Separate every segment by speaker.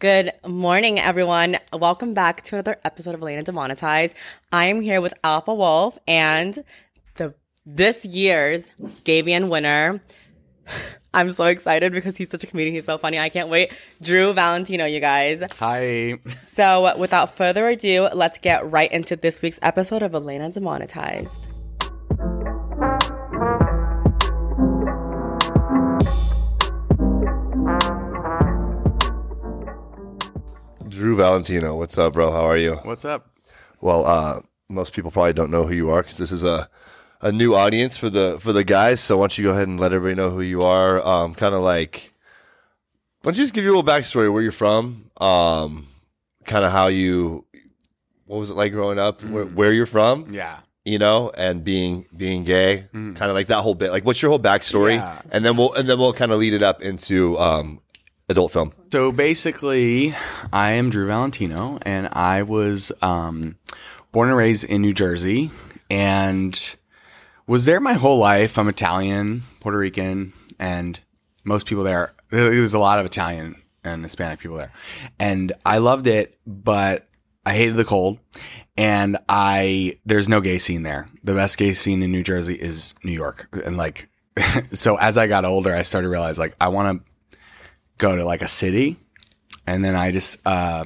Speaker 1: Good morning, everyone. Welcome back to another episode of Elena Demonetized. I am here with Alpha Wolf and the this year's Gavian winner. I'm so excited because he's such a comedian. He's so funny. I can't wait. Drew Valentino, you guys.
Speaker 2: Hi.
Speaker 1: So, without further ado, let's get right into this week's episode of Elena Demonetized.
Speaker 3: Drew Valentino. What's up, bro? How are you?
Speaker 2: What's up?
Speaker 3: Well, uh, most people probably don't know who you are because this is a a new audience for the for the guys. So why don't you go ahead and let everybody know who you are? Um, kind of like, why don't you just give you a little backstory, where you're from, um, kind of how you, what was it like growing up, where, where you're from,
Speaker 2: Mm. Yeah. Mm.
Speaker 3: you know, and being being gay, kind of like that whole bit. Like, what's your whole backstory?
Speaker 2: Yeah.
Speaker 3: And then we'll and then we'll kind of lead it up into um, adult film.
Speaker 2: So basically, I am Drew Valentino, and I was um, born and raised in New Jersey, and was there my whole life. I'm Italian, Puerto Rican, and most people there. There's a lot of Italian and Hispanic people there, and I loved it, but I hated the cold, and I there's no gay scene there. The best gay scene in New Jersey is New York, and like, so as I got older, I started to realize like I want to go to like a city. And then I just, uh,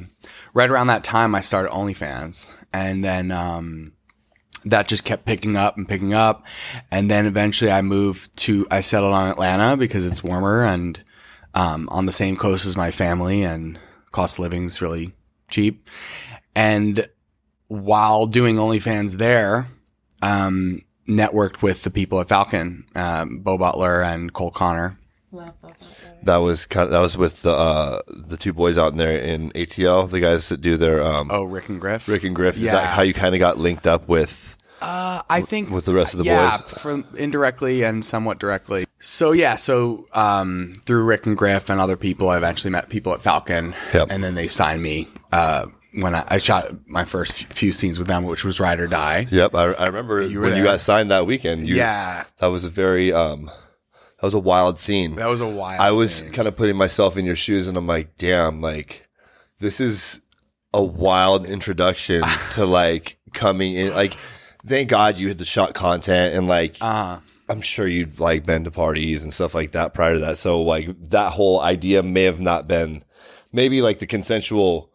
Speaker 2: right around that time, I started OnlyFans. And then um, that just kept picking up and picking up. And then eventually I moved to, I settled on Atlanta because it's warmer and um, on the same coast as my family and cost of living's really cheap. And while doing OnlyFans there, um, networked with the people at Falcon, um, Bo Butler and Cole Connor.
Speaker 3: That was kind that was with the uh, the two boys out in there in ATL, the guys that do their um,
Speaker 2: Oh, Rick and Griff.
Speaker 3: Rick and Griff. Is
Speaker 2: yeah.
Speaker 3: that how you kind of got linked up with?
Speaker 2: Uh, I think
Speaker 3: with the rest of the
Speaker 2: yeah,
Speaker 3: boys?
Speaker 2: from indirectly and somewhat directly. So yeah, so um, through Rick and Griff and other people, I eventually met people at Falcon,
Speaker 3: Yep.
Speaker 2: and then they signed me uh, when I, I shot my first f- few scenes with them, which was Ride or Die.
Speaker 3: Yep, I, I remember
Speaker 2: You were
Speaker 3: when you
Speaker 2: there.
Speaker 3: got signed that weekend. You,
Speaker 2: yeah,
Speaker 3: that was a very um, that was a wild scene.
Speaker 2: that was a wild.
Speaker 3: I was
Speaker 2: scene.
Speaker 3: kind of putting myself in your shoes, and I'm like, damn, like this is a wild introduction to like coming in. Like, thank God you had the shot content, and like
Speaker 2: Uh,
Speaker 3: I'm sure you'd like been to parties and stuff like that prior to that. So like that whole idea may have not been maybe like the consensual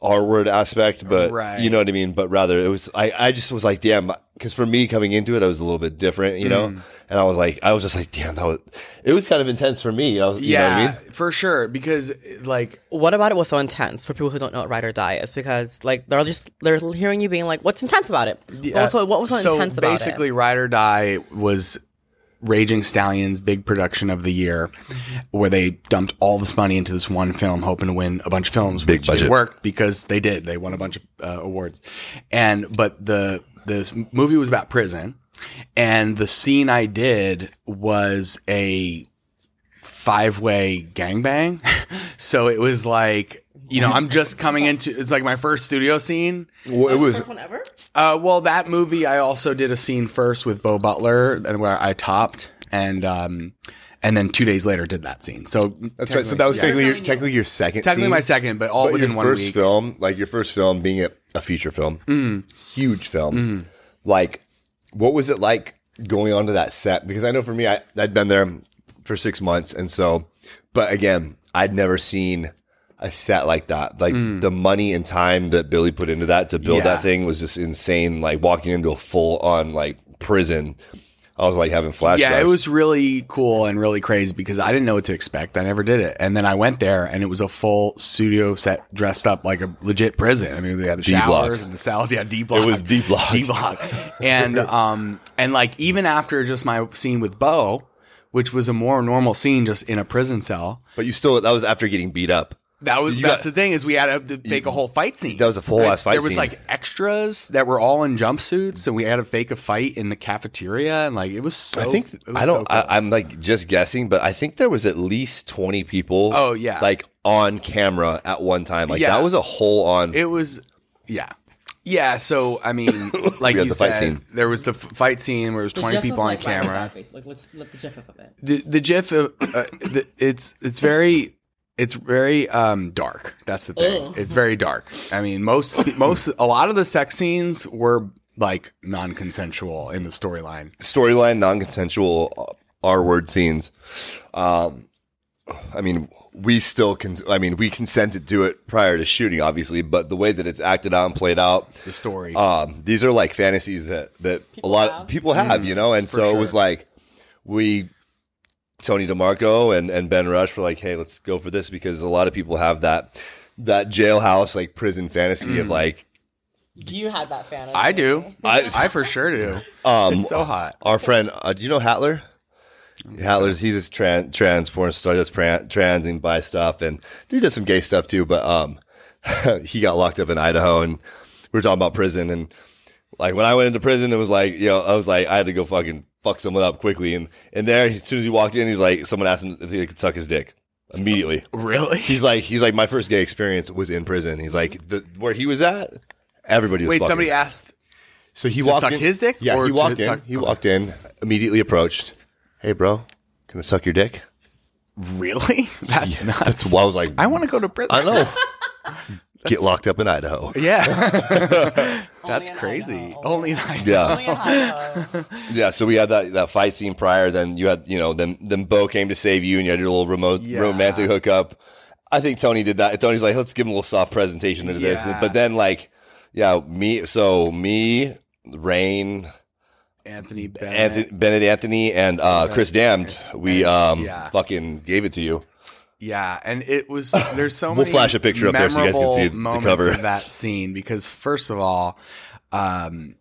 Speaker 3: R word aspect, but
Speaker 2: Right.
Speaker 3: you know what I mean. But rather it was I, I just was like, damn, because for me coming into it, I was a little bit different, you know?
Speaker 2: Mm.
Speaker 3: And I was like I was just like, damn, that was it was kind of intense for me. I was you know what I
Speaker 2: yeah,
Speaker 3: mean?
Speaker 2: for sure. Because like,
Speaker 1: What about it was so intense for people who don't know what ride or die is? Because like they're just they're hearing you being like, "What's intense about it?" What was so, what was so, intense about it?
Speaker 2: basically, Ride or Die was Raging Stallion's big production of the year, where they dumped all this money into this one film, hoping to win a bunch of films. Big which it
Speaker 3: budget.
Speaker 2: worked because they did. They won a bunch of uh, awards, and but the the movie was about prison, and the scene I did was a five way gangbang. so it was like. You know, I'm just coming into it's like my first studio scene.
Speaker 3: Well, it was
Speaker 1: First one ever?
Speaker 2: Uh, well, that movie, I also did a scene first with Bo Butler, and where I topped, and um, and then two days later did that scene. So
Speaker 3: that's right. So that was
Speaker 2: yeah.
Speaker 3: technically your, technically your second
Speaker 2: technically
Speaker 3: scene,
Speaker 2: my second, but all
Speaker 3: but
Speaker 2: within
Speaker 3: your
Speaker 2: one
Speaker 3: first
Speaker 2: week. Mm.
Speaker 3: film, like your first film being a, a feature film, huge film. Like, what was it like going onto that set? Because I know for me, I, I'd been there for six months, and so, but again, I'd never seen a set like that. Like the money and time that Billy put into that to build
Speaker 2: Mm. Yeah.
Speaker 3: that thing was just insane. Like walking into a full on like prison, I was like having flashbacks.
Speaker 2: Yeah, it was really cool and really crazy because I didn't know what to expect. I never did it, and then I went there, and it was a full studio set, dressed up like a legit prison. I mean, they had the
Speaker 3: D-block.
Speaker 2: showers and the cells. Yeah, D block.
Speaker 3: It was D block.
Speaker 2: D block. and um and like even after just my scene with Bo, which was a more normal scene, just in a prison cell.
Speaker 3: but you still that was after getting beat up.
Speaker 2: That was
Speaker 3: You
Speaker 2: that's
Speaker 3: got-
Speaker 2: the thing is we had to fake a whole fight scene.
Speaker 3: That was a full ass fight
Speaker 2: There was
Speaker 3: scene.
Speaker 2: like extras that were all in jumpsuits, and we had to fake a fight in the cafeteria, and like it was. so
Speaker 3: I think
Speaker 2: it was
Speaker 3: I don't.
Speaker 2: so cool.
Speaker 3: I, I'm like just guessing, but I think there was at least 20 people.
Speaker 2: Oh, yeah.
Speaker 3: like on camera at one time. Like
Speaker 2: Yeah.
Speaker 3: that was a whole on.
Speaker 2: It was, yeah, yeah. So I mean, like
Speaker 3: We had
Speaker 2: you
Speaker 3: the
Speaker 2: said,
Speaker 3: fight scene.
Speaker 2: there was the f- fight scene where it was twenty people on camera.
Speaker 1: Like, let's let the gif of it.
Speaker 2: The the GIF, of, uh, the, it's it's very it's very um, dark. That's the thing.
Speaker 1: Ugh.
Speaker 2: It's very dark. I mean, most most a lot of the sex scenes were like non-consensual in the storyline.
Speaker 3: storyline non-consensual R word scenes. Um, I mean, we still can. I mean, we consented to it prior to shooting, obviously, but the way that it's acted out and played out,
Speaker 2: The story.
Speaker 3: um, these are like fantasies that that
Speaker 1: People
Speaker 3: a lot
Speaker 1: have.
Speaker 3: of people have, you know. And so it was
Speaker 2: sure.
Speaker 3: like we, Tony DeMarco and and Ben Rush were like, hey, let's go for this because a lot of people have that that jailhouse like prison fantasy of like
Speaker 1: You had that fantasy.
Speaker 2: I do.
Speaker 3: I-
Speaker 2: I for sure do.
Speaker 3: um
Speaker 2: It's so hot.
Speaker 3: our friend, uh, do you know Hatler?
Speaker 2: Mm-hmm.
Speaker 3: Hatler's he's a trans trans porn star, does pran- trans and bi stuff, and he does some gay stuff too. But um, he got locked up in Idaho, and we were talking about prison, and like when I went into prison, it was like you know I was like I had to go fucking fuck someone up quickly, and and there as soon as he walked in, he's like someone asked him if he could suck his dick immediately.
Speaker 2: Really?
Speaker 3: He's like he's like my first gay experience was in prison. He's like the, where he was at, everybody was
Speaker 2: Wait,
Speaker 3: fucking.
Speaker 2: somebody asked.
Speaker 3: So he
Speaker 2: To
Speaker 3: walked
Speaker 2: suck
Speaker 3: in.
Speaker 2: his dick
Speaker 3: Yeah,
Speaker 2: or
Speaker 3: he
Speaker 2: to
Speaker 3: walked in.
Speaker 2: suck-
Speaker 3: he
Speaker 2: okay.
Speaker 3: walked in. Immediately approached. Hey, bro, can I suck your dick?
Speaker 2: Really? That's nuts.
Speaker 3: That's why I was like,
Speaker 2: I want to go to prison.
Speaker 3: I know. Get locked up in Idaho.
Speaker 2: Yeah. That's
Speaker 1: in
Speaker 2: crazy.
Speaker 1: Idaho.
Speaker 2: Only in Idaho.
Speaker 3: Yeah,
Speaker 1: I do.
Speaker 3: yeah. So we had that, that fight scene prior. Then you had, you know, then then Bo came to save you, and you had your little remote
Speaker 2: Yeah.
Speaker 3: romantic hookup. I think Tony did that. Tony's like, let's give him a little soft presentation of this.
Speaker 2: Yeah.
Speaker 3: But then, like, yeah, me. So me, Rain,
Speaker 2: Anthony Bennett.
Speaker 3: Anthony, Bennett Anthony and uh, Chris Damned, we um,
Speaker 2: Yeah.
Speaker 3: fucking gave it to you.
Speaker 2: Yeah, and it was there's so
Speaker 3: We'll
Speaker 2: many
Speaker 3: flash a picture up there so you guys can
Speaker 2: memorable
Speaker 3: see the
Speaker 2: moments
Speaker 3: cover.
Speaker 2: of that scene because first of all, um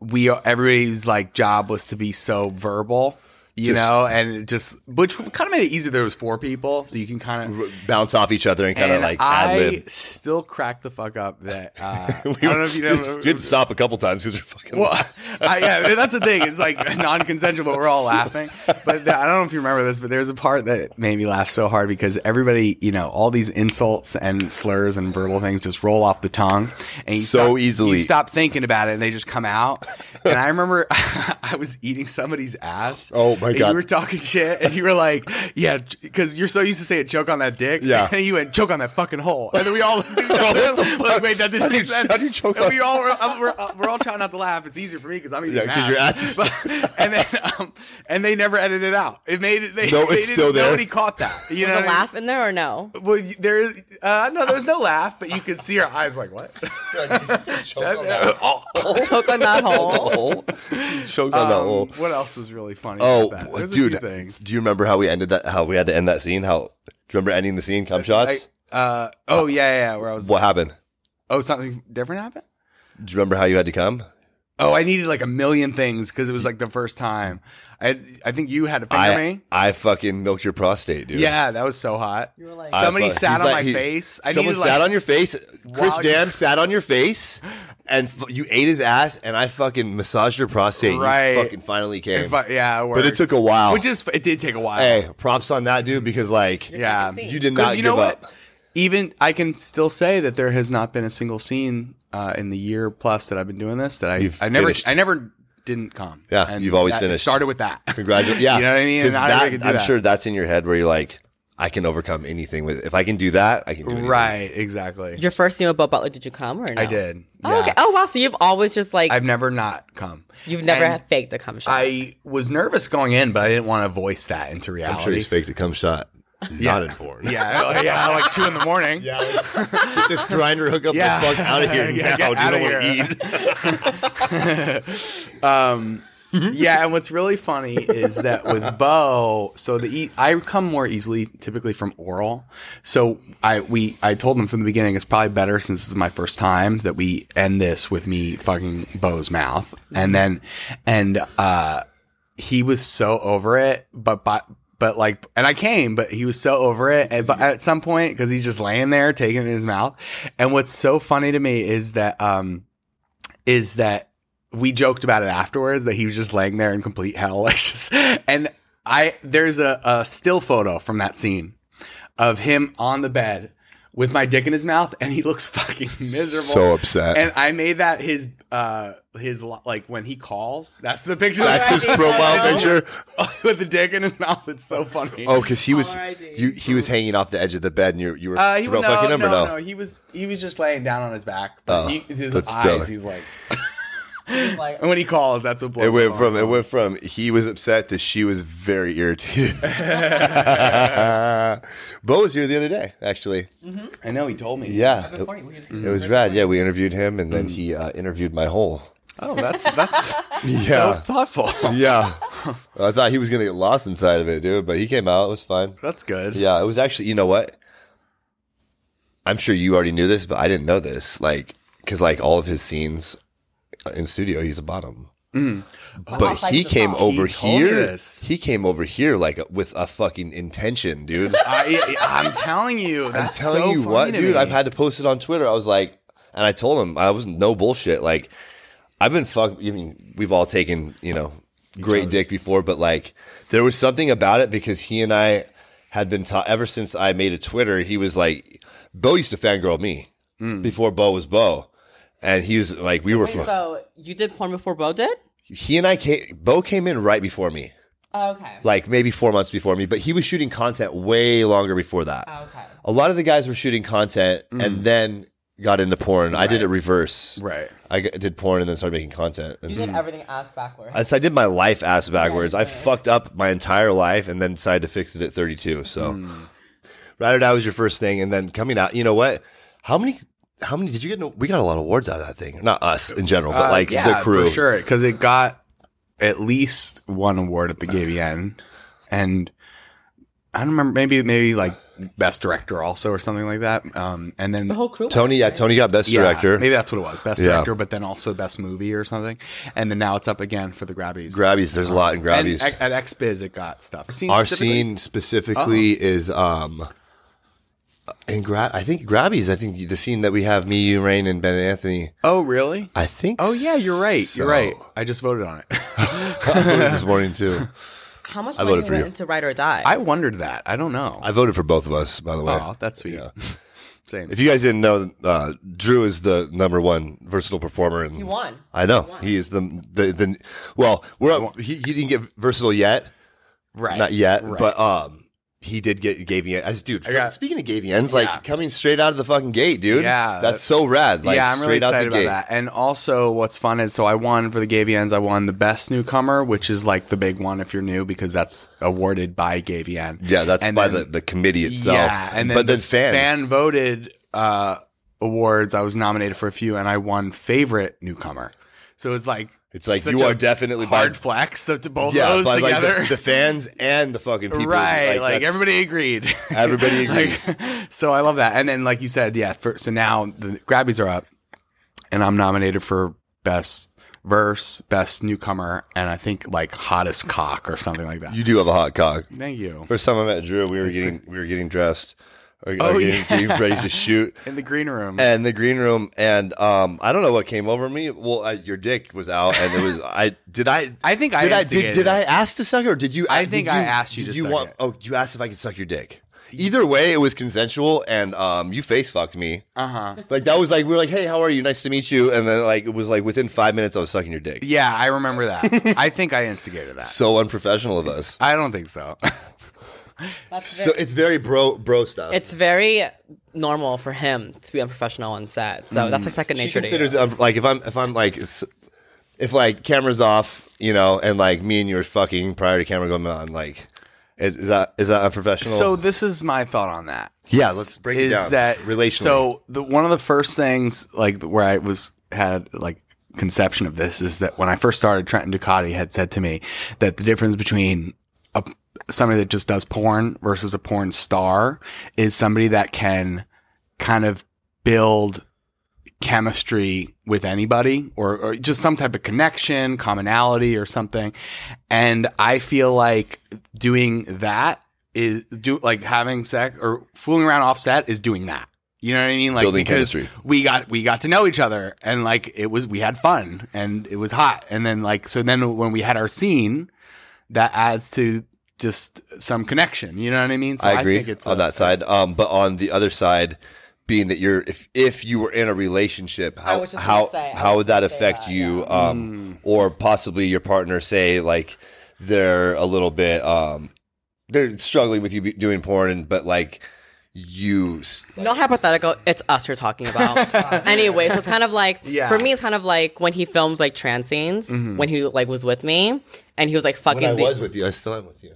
Speaker 2: we everybody's like job was to be so verbal, you
Speaker 3: Just-
Speaker 2: know, and it just which kind of made it easy there was four people, so you can kind of
Speaker 3: R- Bounce off each other and kind of
Speaker 2: and
Speaker 3: like
Speaker 2: I
Speaker 3: ad lib.
Speaker 2: still crack the fuck up that uh,
Speaker 3: We
Speaker 2: I don't know if you know.
Speaker 3: we had to stop a couple times because we're fucking.
Speaker 2: Well, I, yeah, that's the thing. It's like non-consensual, but we're all laughing. But the, I don't know if you remember this, but there's a part that made me laugh so hard because everybody, you know, all these insults and slurs and verbal things just roll off the tongue, and you
Speaker 3: So
Speaker 2: stop,
Speaker 3: easily.
Speaker 2: You stop thinking about it, and they just come out. And I remember I was eating somebody's ass.
Speaker 3: Oh, my
Speaker 2: and
Speaker 3: God.
Speaker 2: You were talking shit, and you were like, "Yeah," because you're so used to saying "choke on that dick."
Speaker 3: Yeah.
Speaker 2: and then you went "choke on that fucking hole," and then we all looked at each other, like, "Wait, that didn't
Speaker 3: How do you-
Speaker 2: make sense."
Speaker 3: how do you choke
Speaker 2: And
Speaker 3: on-
Speaker 2: we all we're, we're, we're all trying not to laugh. It's easier for me because I'm eating
Speaker 3: Yeah, 'cause your ass is-
Speaker 2: But- and then um, and they never edited it out. It made it. They,
Speaker 3: No,
Speaker 2: they
Speaker 3: it's
Speaker 2: didn't-
Speaker 3: still there.
Speaker 2: Nobody caught that. You know,
Speaker 1: the
Speaker 2: what I mean?
Speaker 1: laugh in there or no?
Speaker 2: Well, you- there is uh, no, there was no laugh, but you could see her eyes like what?
Speaker 1: Choke on that hole.
Speaker 3: Choked on that
Speaker 2: Um,
Speaker 3: hole.
Speaker 2: what else was really funny?
Speaker 3: Oh,
Speaker 2: about that? There's a few
Speaker 3: dude,
Speaker 2: things.
Speaker 3: do you remember how we ended that? How we had to end that scene? How do you remember ending the scene? Cum shots.
Speaker 2: I- uh, oh yeah, yeah, yeah, where I was.
Speaker 3: what happened?
Speaker 2: Oh, something different happened.
Speaker 3: Do you remember how you had to come?
Speaker 2: Oh, I needed like a million things because it was like the first time. I I think you had to finger
Speaker 3: I
Speaker 2: me.
Speaker 3: I fucking milked your prostate, dude.
Speaker 2: Yeah, that was so hot.
Speaker 1: You were like,
Speaker 3: I
Speaker 2: Somebody
Speaker 3: fuck-
Speaker 2: sat
Speaker 3: he's
Speaker 2: on
Speaker 3: like-
Speaker 2: my
Speaker 3: he-
Speaker 2: face. I
Speaker 3: Someone
Speaker 2: needed, like-
Speaker 3: sat on your face. Chris
Speaker 2: Wow.
Speaker 3: Dam sat on your face, and f- you ate his ass, and I fucking massaged your prostate.
Speaker 2: Right.
Speaker 3: And you fucking finally came.
Speaker 2: If I- yeah, it
Speaker 3: but it
Speaker 2: worked.
Speaker 3: took a while.
Speaker 2: Which is it did take a while.
Speaker 3: hey, props on that dude because like
Speaker 2: yeah,
Speaker 1: Second
Speaker 3: you did
Speaker 2: 'Cause
Speaker 3: not
Speaker 2: you know
Speaker 3: give
Speaker 2: what?
Speaker 3: up.
Speaker 2: Even I can still say that there has not been a single scene uh, in the year plus that I've been doing this that I
Speaker 3: You've
Speaker 2: I never
Speaker 3: finished.
Speaker 2: I never didn't come.
Speaker 3: Yeah, you've always
Speaker 2: that- it
Speaker 3: finished.
Speaker 2: Started with that.
Speaker 3: Congratulations. Yeah,
Speaker 2: you know what I mean.
Speaker 3: 'cause
Speaker 2: And I
Speaker 3: that-
Speaker 2: really could do
Speaker 3: I'm
Speaker 2: that.
Speaker 3: sure that's in your head where you're like, I can overcome anything with. If I can do that, I can do anything.
Speaker 2: Right. Exactly.
Speaker 1: Your first scene with Bob Butler, did you come or no?
Speaker 2: I did.
Speaker 1: Oh, okay.
Speaker 2: Yeah.
Speaker 1: Oh, wow. So you've always just like,
Speaker 2: I've never not come.
Speaker 1: you've never
Speaker 2: and
Speaker 1: faked a cum shot.
Speaker 2: I was nervous going in, but I didn't want to voice that into reality.
Speaker 3: I'm sure he's faked a cum shot.
Speaker 2: Yeah.
Speaker 3: Not in porn.
Speaker 2: yeah, like- yeah, like two in the morning. Yeah,
Speaker 3: Get this grinder hook up
Speaker 2: Yeah.
Speaker 3: the fuck out of here
Speaker 2: Yeah,
Speaker 3: now.
Speaker 2: get outta
Speaker 3: dude. I don't
Speaker 2: here.
Speaker 3: want to eat.
Speaker 2: um yeah and what's really funny is that with bo so the e- i come more easily typically from oral so i we i told them from the beginning it's probably better since this is my first time that we end this with me fucking bo's mouth and then and uh he was so over it, but but but like, and I came, but he was so over it. And, but at some point, because he's just laying there taking it in his mouth. And what's so funny to me is that um, is that we joked about it afterwards that he was just laying there in complete hell, like just and I there's a, a still photo from that scene of him on the bed with my dick in his mouth, and he looks fucking miserable.
Speaker 3: So upset.
Speaker 2: And I made that his uh his lo- like when he calls. That's the picture.
Speaker 3: That's
Speaker 2: that
Speaker 3: his
Speaker 2: I-
Speaker 3: profile picture.
Speaker 2: with the dick in his mouth. It's so funny.
Speaker 3: Oh, because he was
Speaker 1: R.I.D..
Speaker 3: you, he was hanging off the edge of the bed, and you you were
Speaker 2: Uh, he,
Speaker 3: throwing
Speaker 2: no,
Speaker 3: a fucking number
Speaker 2: no,
Speaker 3: now.
Speaker 2: no, he was he was just laying down on his back. But
Speaker 3: Oh,
Speaker 2: he, his eyes,
Speaker 3: that's stellar.
Speaker 2: he's like,
Speaker 1: Like,
Speaker 2: and when he calls, that's what blows
Speaker 3: It went
Speaker 2: my
Speaker 3: from it
Speaker 2: mind.
Speaker 3: went from he was upset to she was very irritated. Bo was here the other day, actually.
Speaker 2: I know he told me.
Speaker 3: Yeah, it,
Speaker 1: before he leaves,
Speaker 3: it was rad. Yeah, we interviewed him, and then he uh, interviewed my whole.
Speaker 2: Oh, that's that's so
Speaker 3: Yeah.
Speaker 2: thoughtful.
Speaker 3: Yeah, I thought he was gonna get lost inside of it, dude, but he came out. It was fine.
Speaker 2: That's good.
Speaker 3: Yeah, it was actually. You know what? I'm sure you already knew this, but I didn't know this. Like, because like all of his scenes in studio, he's a bottom. But
Speaker 1: outside
Speaker 3: he
Speaker 1: the
Speaker 3: came
Speaker 1: top.
Speaker 3: over
Speaker 2: Mm. He told me
Speaker 3: here.
Speaker 2: this.
Speaker 3: He came over here like with a fucking intention, dude.
Speaker 2: I, I'm telling you, that's
Speaker 3: I'm telling
Speaker 2: so
Speaker 3: you
Speaker 2: funny
Speaker 3: what,
Speaker 2: to
Speaker 3: dude.
Speaker 2: me.
Speaker 3: I've had to post it on Twitter. I was like, and I told him I was no bullshit. Like, I've been fucked. I mean, we've all taken you know great dick before, but like, there was something about it because he and I had been taught ever since I made a Twitter. He was like, Bo used to fangirl me
Speaker 2: Mm.
Speaker 3: before Bo was Bo, and he was like, we were.
Speaker 1: Wait, so you did porn before Bo did?
Speaker 3: he and I came. Bo came in right before me.
Speaker 1: Okay.
Speaker 3: Like maybe four months before me, but he was shooting content way longer before that
Speaker 1: okay.
Speaker 3: a lot of the guys were shooting content and then got into porn. I did it reverse.
Speaker 2: Mm. right.
Speaker 3: I g- did porn and then started making content. And
Speaker 1: You
Speaker 3: so,
Speaker 2: Mm.
Speaker 1: did everything ass backwards.
Speaker 3: I did my life ass backwards. I
Speaker 1: Right, right.
Speaker 3: fucked up my entire life and then decided to fix it at 32. So,
Speaker 2: Mm.
Speaker 3: Ride or Die was your first thing, and then coming out. You know what? How many? How many did you get? in- We got a lot of awards out of that thing. Not us in general, but
Speaker 2: Uh,
Speaker 3: like
Speaker 2: yeah,
Speaker 3: the crew.
Speaker 2: for sure, because it got at least one award at the GBN, and I don't remember maybe maybe like best director also or something like that. Um, and then
Speaker 1: the whole crew.
Speaker 3: Tony, yeah, Tony got best
Speaker 2: Yeah,
Speaker 3: director.
Speaker 2: maybe that's what it was, best
Speaker 3: Yeah.
Speaker 2: director, but then also best movie or something. And then now it's up again for the Grabbies.
Speaker 3: Grabbies, there's a lot in
Speaker 2: And
Speaker 3: Grabbies.
Speaker 2: at, at XBiz, it got stuff. Scene
Speaker 3: our
Speaker 2: specifically- Uh-huh.
Speaker 3: scene specifically is um and gra- I think Grabbies. I think the scene that we have me, you, Rain, and Ben and Anthony.
Speaker 2: Oh, really?
Speaker 3: I think.
Speaker 2: Oh, yeah, you're right.
Speaker 3: so.
Speaker 2: You're right. I just voted on it.
Speaker 3: I voted this morning too.
Speaker 1: How much
Speaker 3: I
Speaker 1: money
Speaker 3: voted for
Speaker 1: went
Speaker 3: you.
Speaker 1: into Ride or Die?
Speaker 2: I wondered that. I don't know.
Speaker 3: I voted for both of us, by the way.
Speaker 2: oh, that's sweet. Same.
Speaker 3: If you guys didn't know, uh, Drew is the number one versatile performer. And
Speaker 1: He won.
Speaker 3: I know he is the the, the well. We're up, he, he didn't get versatile yet,
Speaker 2: right.
Speaker 3: not yet,
Speaker 2: Right.
Speaker 3: but um, he did get Gavian. As dude,
Speaker 2: I got-
Speaker 3: speaking of Gavians, like
Speaker 2: Yeah.
Speaker 3: coming straight out of the fucking gate, dude.
Speaker 2: Yeah,
Speaker 3: that's
Speaker 2: that-
Speaker 3: so rad. Like,
Speaker 2: yeah, I'm really
Speaker 3: straight out
Speaker 2: excited
Speaker 3: the
Speaker 2: about
Speaker 3: gate.
Speaker 2: that. And also, what's fun is so I won for the Gavians. I won the best newcomer, which is like the big one if you're new because that's awarded by Gavian.
Speaker 3: Yeah, that's
Speaker 2: And
Speaker 3: by
Speaker 2: then-
Speaker 3: the, the committee itself.
Speaker 2: Yeah, and then
Speaker 3: but
Speaker 2: the
Speaker 3: then fans.
Speaker 2: fan voted uh, awards. I was nominated for a few, and I won favorite newcomer. So it's like
Speaker 3: It's like
Speaker 2: such
Speaker 3: you
Speaker 2: a
Speaker 3: are definitely by-
Speaker 2: hard flex. So to both
Speaker 3: yeah,
Speaker 2: those
Speaker 3: by like
Speaker 2: together,
Speaker 3: the, the fans and the fucking people.
Speaker 2: right? Like,
Speaker 3: that's-
Speaker 2: everybody agreed.
Speaker 3: Everybody
Speaker 2: Like,
Speaker 3: agrees.
Speaker 2: so I love that. And then, like you said, yeah. For, so now the Grabbies are up, and I'm nominated for best verse, best newcomer, and I think like hottest cock or something like that.
Speaker 3: You do have a hot cock.
Speaker 2: Thank you.
Speaker 3: First time I met Drew, we were getting we were getting dressed, or, or
Speaker 2: Oh,
Speaker 3: getting,
Speaker 2: yeah.
Speaker 3: getting ready to shoot.
Speaker 2: In the green room.
Speaker 3: And the green room, and um, I don't know what came over me. Well, I, your dick was out, and it was I did I.
Speaker 2: I think I
Speaker 3: did I did,
Speaker 2: instigated
Speaker 3: did
Speaker 2: it.
Speaker 3: I ask to suck it or did you?
Speaker 2: I
Speaker 3: did
Speaker 2: think I asked you
Speaker 3: Did
Speaker 2: to
Speaker 3: you
Speaker 2: suck
Speaker 3: want?
Speaker 2: it.
Speaker 3: Oh, you asked if I could suck your dick. Either way, it was consensual, and um, you face fucked me.
Speaker 2: Uh huh.
Speaker 3: Like that was like we were like, hey, how are you? Nice to meet you. And then like it was like within five minutes, I was sucking your dick.
Speaker 2: Yeah, I remember that. I think I instigated that.
Speaker 3: So unprofessional of us.
Speaker 2: I don't think so.
Speaker 1: That's
Speaker 3: So
Speaker 1: very-
Speaker 3: it's very bro bro stuff.
Speaker 1: it's very normal for him to be unprofessional on set.
Speaker 2: Mm.
Speaker 1: So that's like second
Speaker 3: she
Speaker 1: nature to
Speaker 3: considers
Speaker 1: you.
Speaker 3: it, um, like if I'm if I'm like s- if like cameras off, you know, and like me and you were fucking prior to camera going on, like. Is, is that is that unprofessional?
Speaker 2: so this is my thought on that.
Speaker 3: yeah, let's break it
Speaker 2: is
Speaker 3: down.
Speaker 2: that
Speaker 3: relationally?
Speaker 2: So the one of the first things like where I was had like conception of this is that when I first started, Trenton Ducati had said to me that the difference between a somebody that just does porn versus a porn star is somebody that can kind of build chemistry with anybody or, or just some type of connection, commonality or something. And I feel like doing that is do like having sex or fooling around offset is doing that. You know what I mean? Like
Speaker 3: Building
Speaker 2: because
Speaker 3: chemistry.
Speaker 2: we got we got to know each other and like it was we had fun and it was hot. And then like so then when we had our scene, that adds to just some connection. You know what I mean? So
Speaker 3: I agree
Speaker 2: think it's
Speaker 3: on
Speaker 2: a-
Speaker 3: that side. Um, but on the other side, being that you're if if you were in a relationship, how
Speaker 1: was just
Speaker 3: how
Speaker 1: gonna say, I
Speaker 3: how
Speaker 1: was
Speaker 3: would that
Speaker 1: gonna say
Speaker 3: affect
Speaker 1: that,
Speaker 3: you, um, or possibly your partner? Say like they're a little bit um, they're struggling with you be- doing porn, and but like you s-
Speaker 1: No hypothetical. It's us you're talking about. anyway, so it's kind of like
Speaker 2: Yeah.
Speaker 1: for me, it's kind of like when he films like trans scenes when he like was with me and he was like fucking. the-
Speaker 3: with you, I still am with you.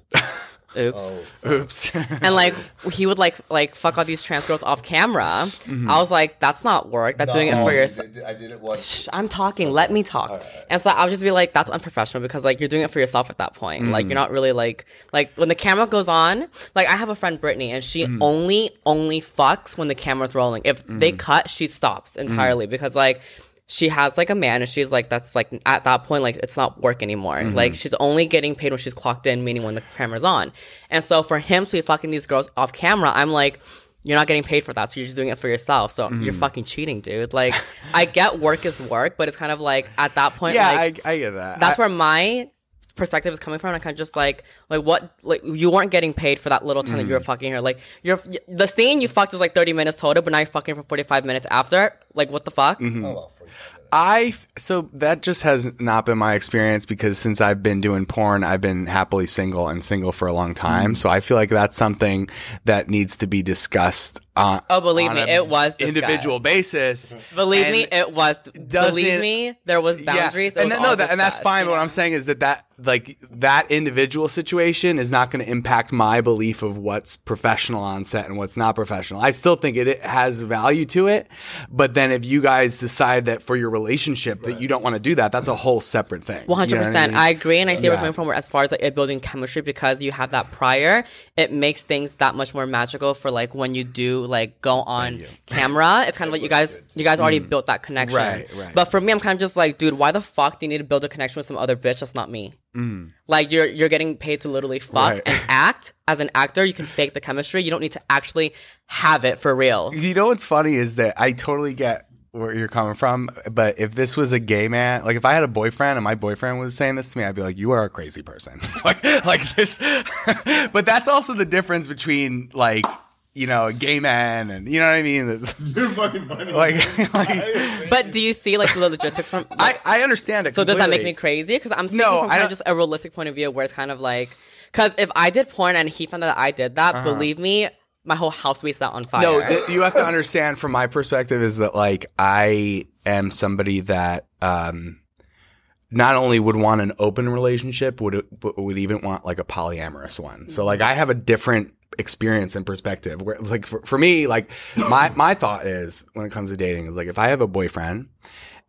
Speaker 1: oops.
Speaker 2: Oops.
Speaker 1: And like he would like like fuck all these trans girls off camera. I was like, that's not work. That's doing it
Speaker 3: Um,
Speaker 1: for yourself.
Speaker 3: I did it once.
Speaker 1: Shh, I'm talking. Let me talk. And so I'll just be like, that's unprofessional because like you're doing it for yourself at that point. Like you're not really like like when the camera goes on. Like I have a friend Brittany, and she only only fucks when the camera's rolling. If they cut, she stops entirely because like. She has like a man, and she's like, that's like at that point, like it's not work anymore. Like she's only getting paid when she's clocked in, meaning when the camera's on. And so for him to be fucking these girls off camera, I'm like, you're not getting paid for that, so you're just doing it for yourself. So you're
Speaker 2: Mm.
Speaker 1: fucking cheating, dude. Like, I get work is work, but it's kind of like at that point,
Speaker 2: yeah,
Speaker 1: like,
Speaker 2: I, I get that.
Speaker 1: that's
Speaker 2: I-
Speaker 1: where my perspective is coming from. I kind of just like, like what, like you weren't getting paid for that little time
Speaker 2: Mm.
Speaker 1: that you were fucking here. Like, you're the scene you fucked is like 30 minutes total, but now you're fucking for 45 minutes after. Like, what the fuck?
Speaker 2: Mm-hmm. Oh, I so that just has not been my experience because since I've been doing porn, I've been happily single and single for a long time.
Speaker 1: Mm.
Speaker 2: So I feel like that's something that needs to be discussed. Uh,
Speaker 1: Oh, believe me,
Speaker 2: on a
Speaker 1: it was discussed. Mm-hmm.
Speaker 2: individual basis.
Speaker 1: Believe me,
Speaker 2: And-
Speaker 1: it was. Believe
Speaker 2: doesn't-
Speaker 1: me, there was boundaries. It
Speaker 2: and
Speaker 1: was
Speaker 2: that-
Speaker 1: all
Speaker 2: no, that, and that's
Speaker 1: discussed,
Speaker 2: fine. But what
Speaker 1: yeah.
Speaker 2: I'm saying is that that like that individual situation is not going to impact my belief of what's professional on set and what's not professional. I still think it, it has value to it, but then if you guys decide that for your relationship that you don't want to do that, that's a whole separate thing.
Speaker 1: One hundred percent. I agree, and I see where
Speaker 2: Yeah.
Speaker 1: you're coming from. Where as far as like it building chemistry, because you have that prior, it makes things that much more magical for like when you do like go on camera. It's kind of like you guys, you guys already built that connection.
Speaker 2: Mm. Right, right.
Speaker 1: But for me, I'm kind of just like, dude, why the fuck do you need to build a connection with some other bitch that's not me? Like you're you're getting paid to literally fuck
Speaker 2: Mm. Right.
Speaker 1: and act. As an actor, you can fake the chemistry. You don't need to actually have it for real.
Speaker 2: You know what's funny is that I totally get where you're coming from, but if this was a gay man, like if I had a boyfriend and my boyfriend was saying this to me, I'd be like, "You are a crazy person." like, like this. but that's also the difference between like you know a gay man and you know what I mean. It's
Speaker 3: You're fucking funny.
Speaker 2: like, like
Speaker 1: But do you see like the logistics from?
Speaker 2: I I understand it.
Speaker 1: So does that make
Speaker 2: completely.
Speaker 1: me crazy? Because I'm speaking
Speaker 2: No,
Speaker 1: from
Speaker 2: I
Speaker 1: kind
Speaker 2: don't-
Speaker 1: of just a realistic point of view, where it's kind of like, because if I did porn and he found out that I did that, believe me, my whole house would be set on fire.
Speaker 2: Uh-huh. No, th- you have to understand from my perspective is that like I am somebody that um not only would want an open relationship would but would even want like a polyamorous one. So like I have a different experience and perspective where like for, for me like my my thought is when it comes to dating is like if I have a boyfriend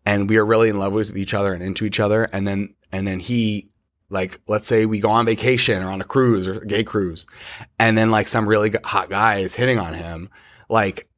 Speaker 2: and we are really in love with each other and into each other and then and then he like let's say we go on vacation or on a cruise or a gay cruise and then like some really g- hot guy is hitting on him like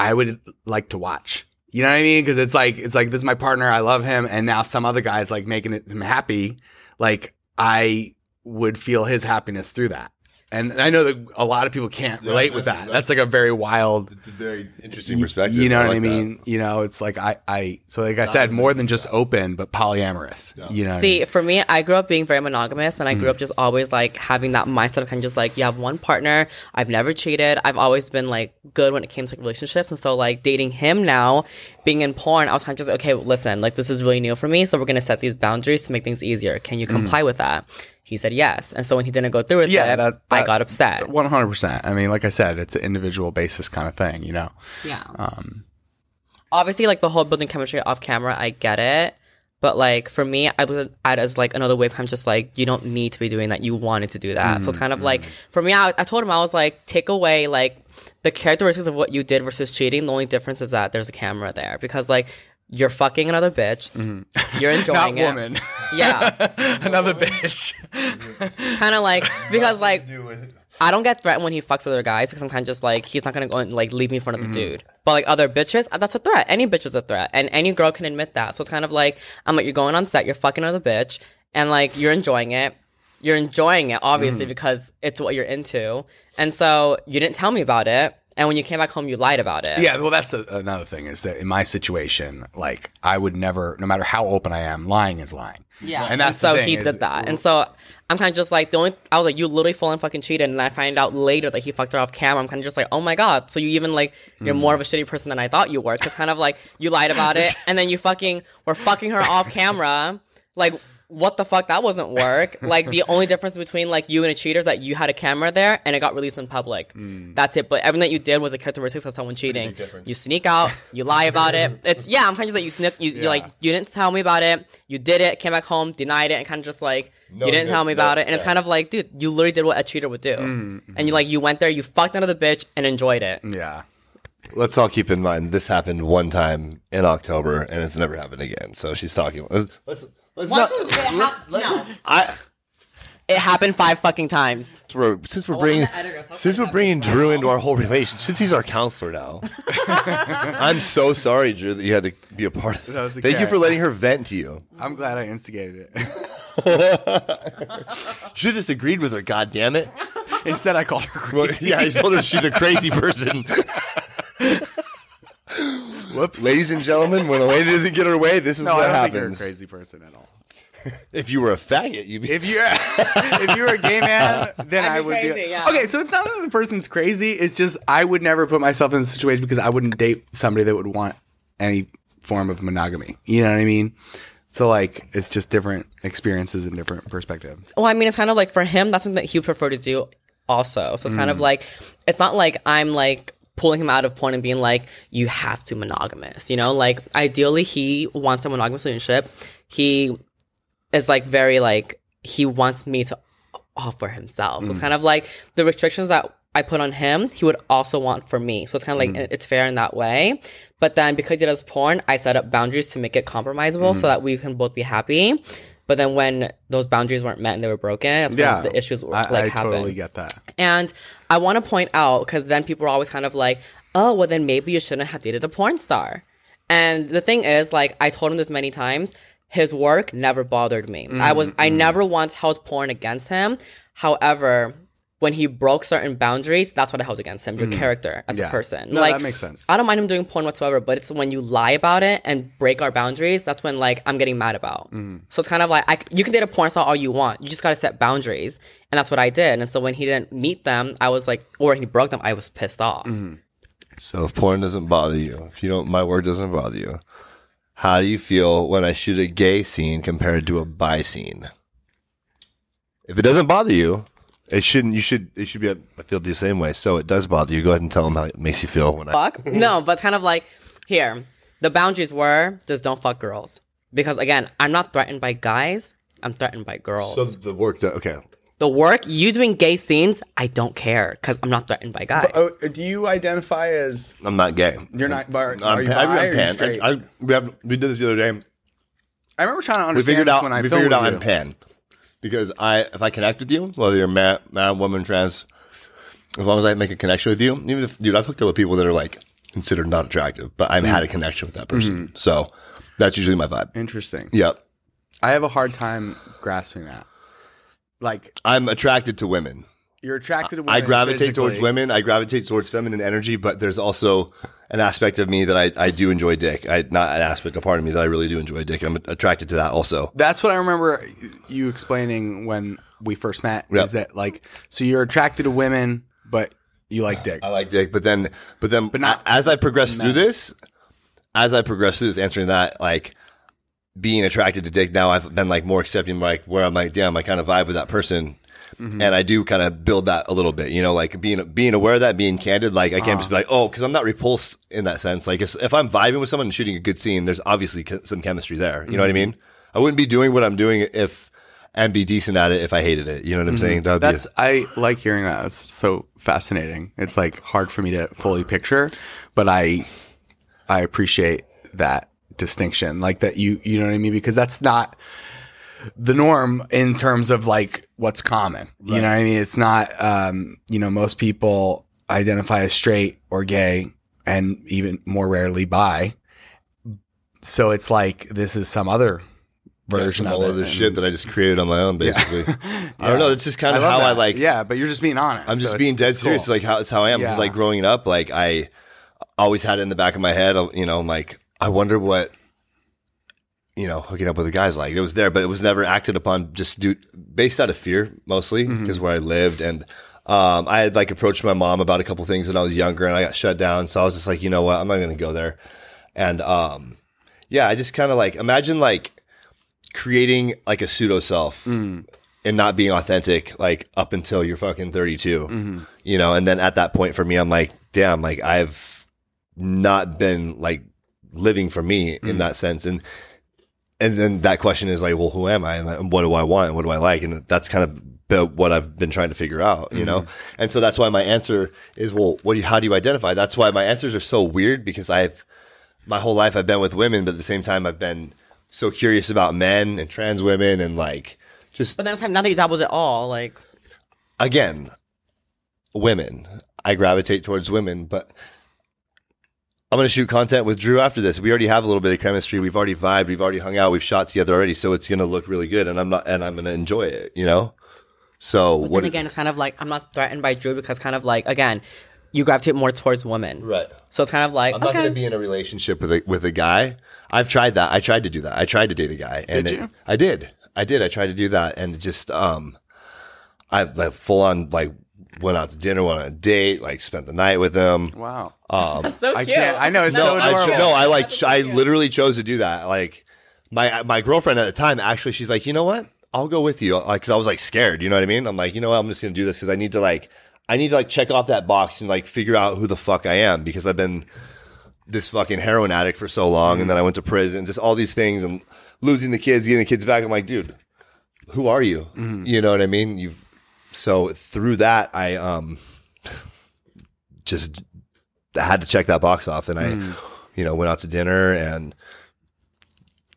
Speaker 2: i would like to watch you know what i mean because it's like it's like this is my partner i love him and now some other guy's like making it, him happy like i would feel his happiness through that and i know that a lot of people can't
Speaker 3: Yeah,
Speaker 2: relate with
Speaker 3: that's-
Speaker 2: that that's like a very wild
Speaker 3: It's a very interesting perspective.
Speaker 2: you know what I
Speaker 3: like that.
Speaker 2: mean? You know, it's like I, I, so like I said, more than just open, but polyamorous. You know, what I
Speaker 1: See,
Speaker 2: mean?
Speaker 1: for me, I grew up being very monogamous, and I grew up just always like having that mindset of kind of just like you have one partner. I've never cheated. I've always been like good when it came to like, relationships, and so like dating him now, being in porn, I was kind of just okay. Listen, like this is really new for me, so we're gonna set these boundaries to make things easier. Can you comply with that? He said yes, and so when he didn't go through with
Speaker 2: Yeah,
Speaker 1: it,
Speaker 2: that-
Speaker 1: I
Speaker 2: that-
Speaker 1: got upset.
Speaker 2: one hundred percent. I mean, like I said, it's an individual basis kind of thing. You know,
Speaker 1: Yeah.
Speaker 2: Um,
Speaker 1: Obviously, like the whole building chemistry off camera, I get it. But like for me, I look at it as like another way of kind of just like you don't need to be doing that. You wanted to do that, so
Speaker 2: Mm,
Speaker 1: it's kind of like for me, I, I told him I was like, take away like the characteristics of what you did versus cheating. The only difference is that there's a camera there because like you're fucking another bitch, you're
Speaker 2: Mm-hmm. not
Speaker 1: enjoying it,
Speaker 2: woman,
Speaker 1: yeah,
Speaker 2: another bitch.
Speaker 1: kind of like because like
Speaker 3: Do it.
Speaker 1: I don't get threatened when he fucks other guys because I'm kind of just like he's not gonna go and like leave me in front of the dude. But like other bitches, uh, that's a threat. Any bitch is a threat, and any girl can admit that. So it's kind of like I'm like you're going on set, you're fucking another bitch, and like you're enjoying it. You're enjoying it obviously because it's what you're into, and so you didn't tell me about it. And when you came back home, you lied about it.
Speaker 2: Yeah, well, that's a, another thing is that in my situation, like I would never, no matter how open I am, lying is lying.
Speaker 1: Yeah.
Speaker 2: And that's
Speaker 1: so
Speaker 2: the thing
Speaker 1: he
Speaker 2: is-
Speaker 1: did that. And so I'm kind of just like, the only, I was like, you literally full and fucking cheated. And I find out later that he fucked her off camera. I'm kind of just like, oh my God. So you even like,
Speaker 2: Mm.
Speaker 1: you're more of a shitty person than I thought you were. Cause kind of like, you lied about it and then you fucking were fucking her off camera. Like, what the fuck? That wasn't work. Like, the only difference between like you and a cheater is that you had a camera there and it got released in public.
Speaker 2: Mm.
Speaker 1: That's it. But everything that you did was a characteristics of someone cheating. You sneak out, you lie about it. It's, yeah, I'm kind of just like, you snick, you, you're like,
Speaker 2: Yeah.
Speaker 1: you didn't tell me about it. You did it, came back home, denied it, and kind of just like
Speaker 3: No,
Speaker 1: you didn't
Speaker 3: no,
Speaker 1: tell me
Speaker 3: no,
Speaker 1: about it. And it's
Speaker 3: yeah.
Speaker 1: kind of like, dude, you literally did what a cheater would do. And you like you went there, you fucked out of the bitch and enjoyed it.
Speaker 2: Yeah.
Speaker 3: Let's all keep in mind this happened one time in October and it's never happened again. So she's talking. Let's let's, let's not. I
Speaker 1: It happened five fucking times.
Speaker 3: since we're, since we're bringing
Speaker 1: the editors, how
Speaker 3: since
Speaker 1: can
Speaker 3: we're
Speaker 1: I
Speaker 3: bringing
Speaker 1: have this
Speaker 3: Drew into our whole relationship, since he's our counselor now, I'm so sorry, Drew, that you had to be a part of.
Speaker 2: That was
Speaker 3: This.
Speaker 2: a
Speaker 3: Thank you
Speaker 2: carrot.
Speaker 3: for letting her vent to you.
Speaker 2: Mm-hmm. I'm glad I instigated it.
Speaker 3: Should have just agreed with her. God damn it!
Speaker 2: Instead, I called her
Speaker 3: Well,
Speaker 2: crazy.
Speaker 3: yeah, I told her she's a crazy person.
Speaker 2: Whoops.
Speaker 3: Ladies and gentlemen, when Elena doesn't get her way, this is
Speaker 2: no, I
Speaker 3: what
Speaker 2: don't think you're a
Speaker 3: happens.
Speaker 2: crazy person at all.
Speaker 3: If you were a faggot, you'd be.
Speaker 2: If you if you were a gay man, then
Speaker 1: I'd be
Speaker 2: I would
Speaker 1: crazy,
Speaker 2: be
Speaker 1: yeah.
Speaker 2: okay. So it's not that the person's crazy. It's just I would never put myself in a situation because I wouldn't date somebody that would want any form of monogamy. You know what I mean? So like, it's just different experiences and different perspective.
Speaker 1: Well, I mean, it's kind of like for him, that's something that he would prefer to do also. So it's kind of like, it's not like I'm like pulling him out of porn and being like, you have to monogamous, you know? Like, ideally, he wants a monogamous relationship. He is like very like, he wants me to offer himself.
Speaker 2: Mm.
Speaker 1: So it's kind of like the restrictions that I put on him, he would also want for me. So it's kind of
Speaker 2: Mm.
Speaker 1: like it's fair in that way. But then because he does porn, I set up boundaries to make it compromisable
Speaker 2: Mm.
Speaker 1: so that we can both be happy. But then when those boundaries weren't met and they were broken, that's
Speaker 2: Yeah,
Speaker 1: when the issues were
Speaker 2: I,
Speaker 1: like
Speaker 2: I
Speaker 1: happened.
Speaker 2: totally get that.
Speaker 1: And I want to point out because then people are always kind of like, oh, well, then maybe you shouldn't have dated a porn star. And the thing is, like, I told him this many times. His work never bothered me. I was, I
Speaker 2: Mm-hmm.
Speaker 1: never once held porn against him. However, when he broke certain boundaries, that's what I held against him. Your character as
Speaker 2: Mm-hmm. Yeah.
Speaker 1: a person,
Speaker 2: No,
Speaker 1: like,
Speaker 2: that makes sense.
Speaker 1: I don't mind him doing porn whatsoever, but it's when you lie about it and break our boundaries. That's when like I'm getting mad about. So it's kind of like I, you can date a porn star all you want. You just gotta set boundaries, and that's what I did. And so when he didn't meet them, I was like, or he broke them, I was pissed off.
Speaker 3: So if porn doesn't bother you, if you don't, my work doesn't bother you. How do you feel when I shoot a gay scene compared to a bi scene? If it doesn't bother you, it shouldn't. You should. It should be. I feel the same way. So it does bother you. Go ahead and tell them how it makes you feel when I.
Speaker 1: Fuck no, but it's kind of like here the boundaries were just don't fuck girls because again I'm not threatened by guys. I'm threatened by girls.
Speaker 3: So the work. do- Okay.
Speaker 1: the work you doing gay scenes, I don't care because I'm not threatened by guys.
Speaker 2: Oh, do you identify as
Speaker 3: I'm not gay.
Speaker 2: you're not? Bar,
Speaker 3: I'm
Speaker 2: are you
Speaker 3: pan-
Speaker 2: bi
Speaker 3: I'm
Speaker 2: or
Speaker 3: pan.
Speaker 2: straight?
Speaker 3: I, I, we have we did this the other day.
Speaker 2: I remember trying to
Speaker 3: We
Speaker 2: understand
Speaker 3: figured
Speaker 2: this
Speaker 3: out.
Speaker 2: when I
Speaker 3: we
Speaker 2: filmed
Speaker 3: figured out
Speaker 2: with
Speaker 3: I'm pan because I if I connect with you, whether you're man, man woman, trans, as long as I make a connection with you, even if dude, I've hooked up with people that are like considered not attractive, but I've had
Speaker 2: Mm.
Speaker 3: a connection with that person.
Speaker 2: Mm-hmm.
Speaker 3: So that's usually my vibe.
Speaker 2: you. Interesting.
Speaker 3: Yep,
Speaker 2: I have a hard time grasping that. Like
Speaker 3: I'm attracted to women.
Speaker 2: you're attracted to women.
Speaker 3: I gravitate towards
Speaker 2: physically.
Speaker 3: women. I gravitate towards feminine energy, but there's also an aspect of me that I, I do enjoy dick. I not an aspect, a part of me that I really do enjoy dick. I'm attracted to that also.
Speaker 2: That's what I remember you explaining when we first met.
Speaker 3: Yep.
Speaker 2: Is that like so you're attracted to women, but you like dick?
Speaker 3: I like dick, but then, but then, but
Speaker 2: not-
Speaker 3: as I progress through this, as I progress through this, answering that, like being attracted to dick. Now I've been like more accepting, like where I'm like, damn, I kind of vibe with that person,
Speaker 2: Mm-hmm.
Speaker 3: and I do kind of build that a little bit, you know, like being being aware of that, being candid. Like I can't
Speaker 2: Ah.
Speaker 3: just be like, oh, because I'm not repulsed in that sense. Like if if I'm vibing with someone and shooting a good scene, there's obviously c- some chemistry there. You know what I
Speaker 2: Mm-hmm.
Speaker 3: mean? I wouldn't be doing what I'm doing if and be decent at it if I hated it. You know what I'm saying? That would
Speaker 2: Mm-hmm. That's
Speaker 3: be
Speaker 2: I like hearing that. It's so fascinating. It's like hard for me to fully picture, but I I appreciate that distinction. Like that you you know what I mean because that's not the norm in terms of like what's common. You know what I mean? It's not um you know most people identify as straight or gay and even more rarely bi. So it's like this is some other version
Speaker 3: all
Speaker 2: of it.
Speaker 3: other
Speaker 2: and-
Speaker 3: shit that I just created on my own, basically. I don't know. That's just kind of
Speaker 2: love
Speaker 3: how I
Speaker 2: that.
Speaker 3: like.
Speaker 2: Yeah, but you're just being honest.
Speaker 3: I'm just
Speaker 2: so
Speaker 3: being
Speaker 2: it's-
Speaker 3: dead
Speaker 2: it's
Speaker 3: serious.
Speaker 2: cool.
Speaker 3: Like how it's how I am. Because
Speaker 2: Yeah.
Speaker 3: like growing up, like I always had it in the back of my head. You know, I'm like I wonder what you know hooking up with a guy's like. It was there, but it was never acted upon. Just due based out of fear mostly
Speaker 2: Mm-hmm.
Speaker 3: because where I lived and. Um, I had like approached my mom about a couple things when I was younger and I got shut down. So I was just like, you know what? I'm not going to go there. And, um, yeah, I just kind of like imagine like creating like a pseudo self
Speaker 2: Mm,
Speaker 3: and not being authentic like up until you're fucking 32
Speaker 2: mm-hmm.
Speaker 3: you know and then at that point for me i'm like damn like i've not been like living for me in that sense and and then that question is like well who am i and like, what do i want and what do i like and that's kind of been what i've been trying to figure out you know and so that's why my answer is well what do you, how do you identify that's why my answers are so weird because i've my whole life I've been with women, but at the same time I've been so curious about men and trans women and like just
Speaker 1: But then it's time now that you dabbled it all, like
Speaker 3: again women. I gravitate towards women, but I'm gonna shoot content with Drew after this. We already have a little bit of chemistry. We've already vibed. We've already hung out. We've shot together already, so it's gonna look really good. And I'm not, and I'm gonna enjoy it. You know. So
Speaker 1: but
Speaker 3: what
Speaker 1: then again, it's kind of like I'm not threatened by Drew because kind of like again, you gravitate more towards women.
Speaker 3: Right.
Speaker 1: So it's kind of like
Speaker 3: I'm not
Speaker 1: okay.
Speaker 3: going to be in a relationship with a with a guy. I've tried that. I tried to do that. I tried to date a guy. And
Speaker 2: Did
Speaker 3: it-
Speaker 2: you?
Speaker 3: I did. I did. I tried to do that, and it just um, I like full on like went out to dinner, went on a date, like spent the night with him.
Speaker 2: wow.
Speaker 3: Um,
Speaker 1: so
Speaker 2: I
Speaker 1: cute.
Speaker 2: can't- I know, it's
Speaker 3: no,
Speaker 2: so
Speaker 3: I cho-
Speaker 2: adorable.
Speaker 3: no, I like
Speaker 1: so
Speaker 3: I
Speaker 1: cute.
Speaker 3: literally chose to do that. Like my my girlfriend at the time, actually, she's like, you know what? I'll go with you, because I was like scared. You know what I mean? I'm like, you know what? I'm just gonna do this because I need to like I need to like check off that box and like figure out who the fuck I am because I've been this fucking heroin addict for so long, and then I went to prison, just all these things, and losing the kids, getting the kids back. I'm like, dude, who are you?
Speaker 2: Mm-hmm.
Speaker 3: Mm. You know what I mean? You've so through that, I um just had to check that box off, and I,
Speaker 2: Mm.
Speaker 3: you know, went out to dinner, and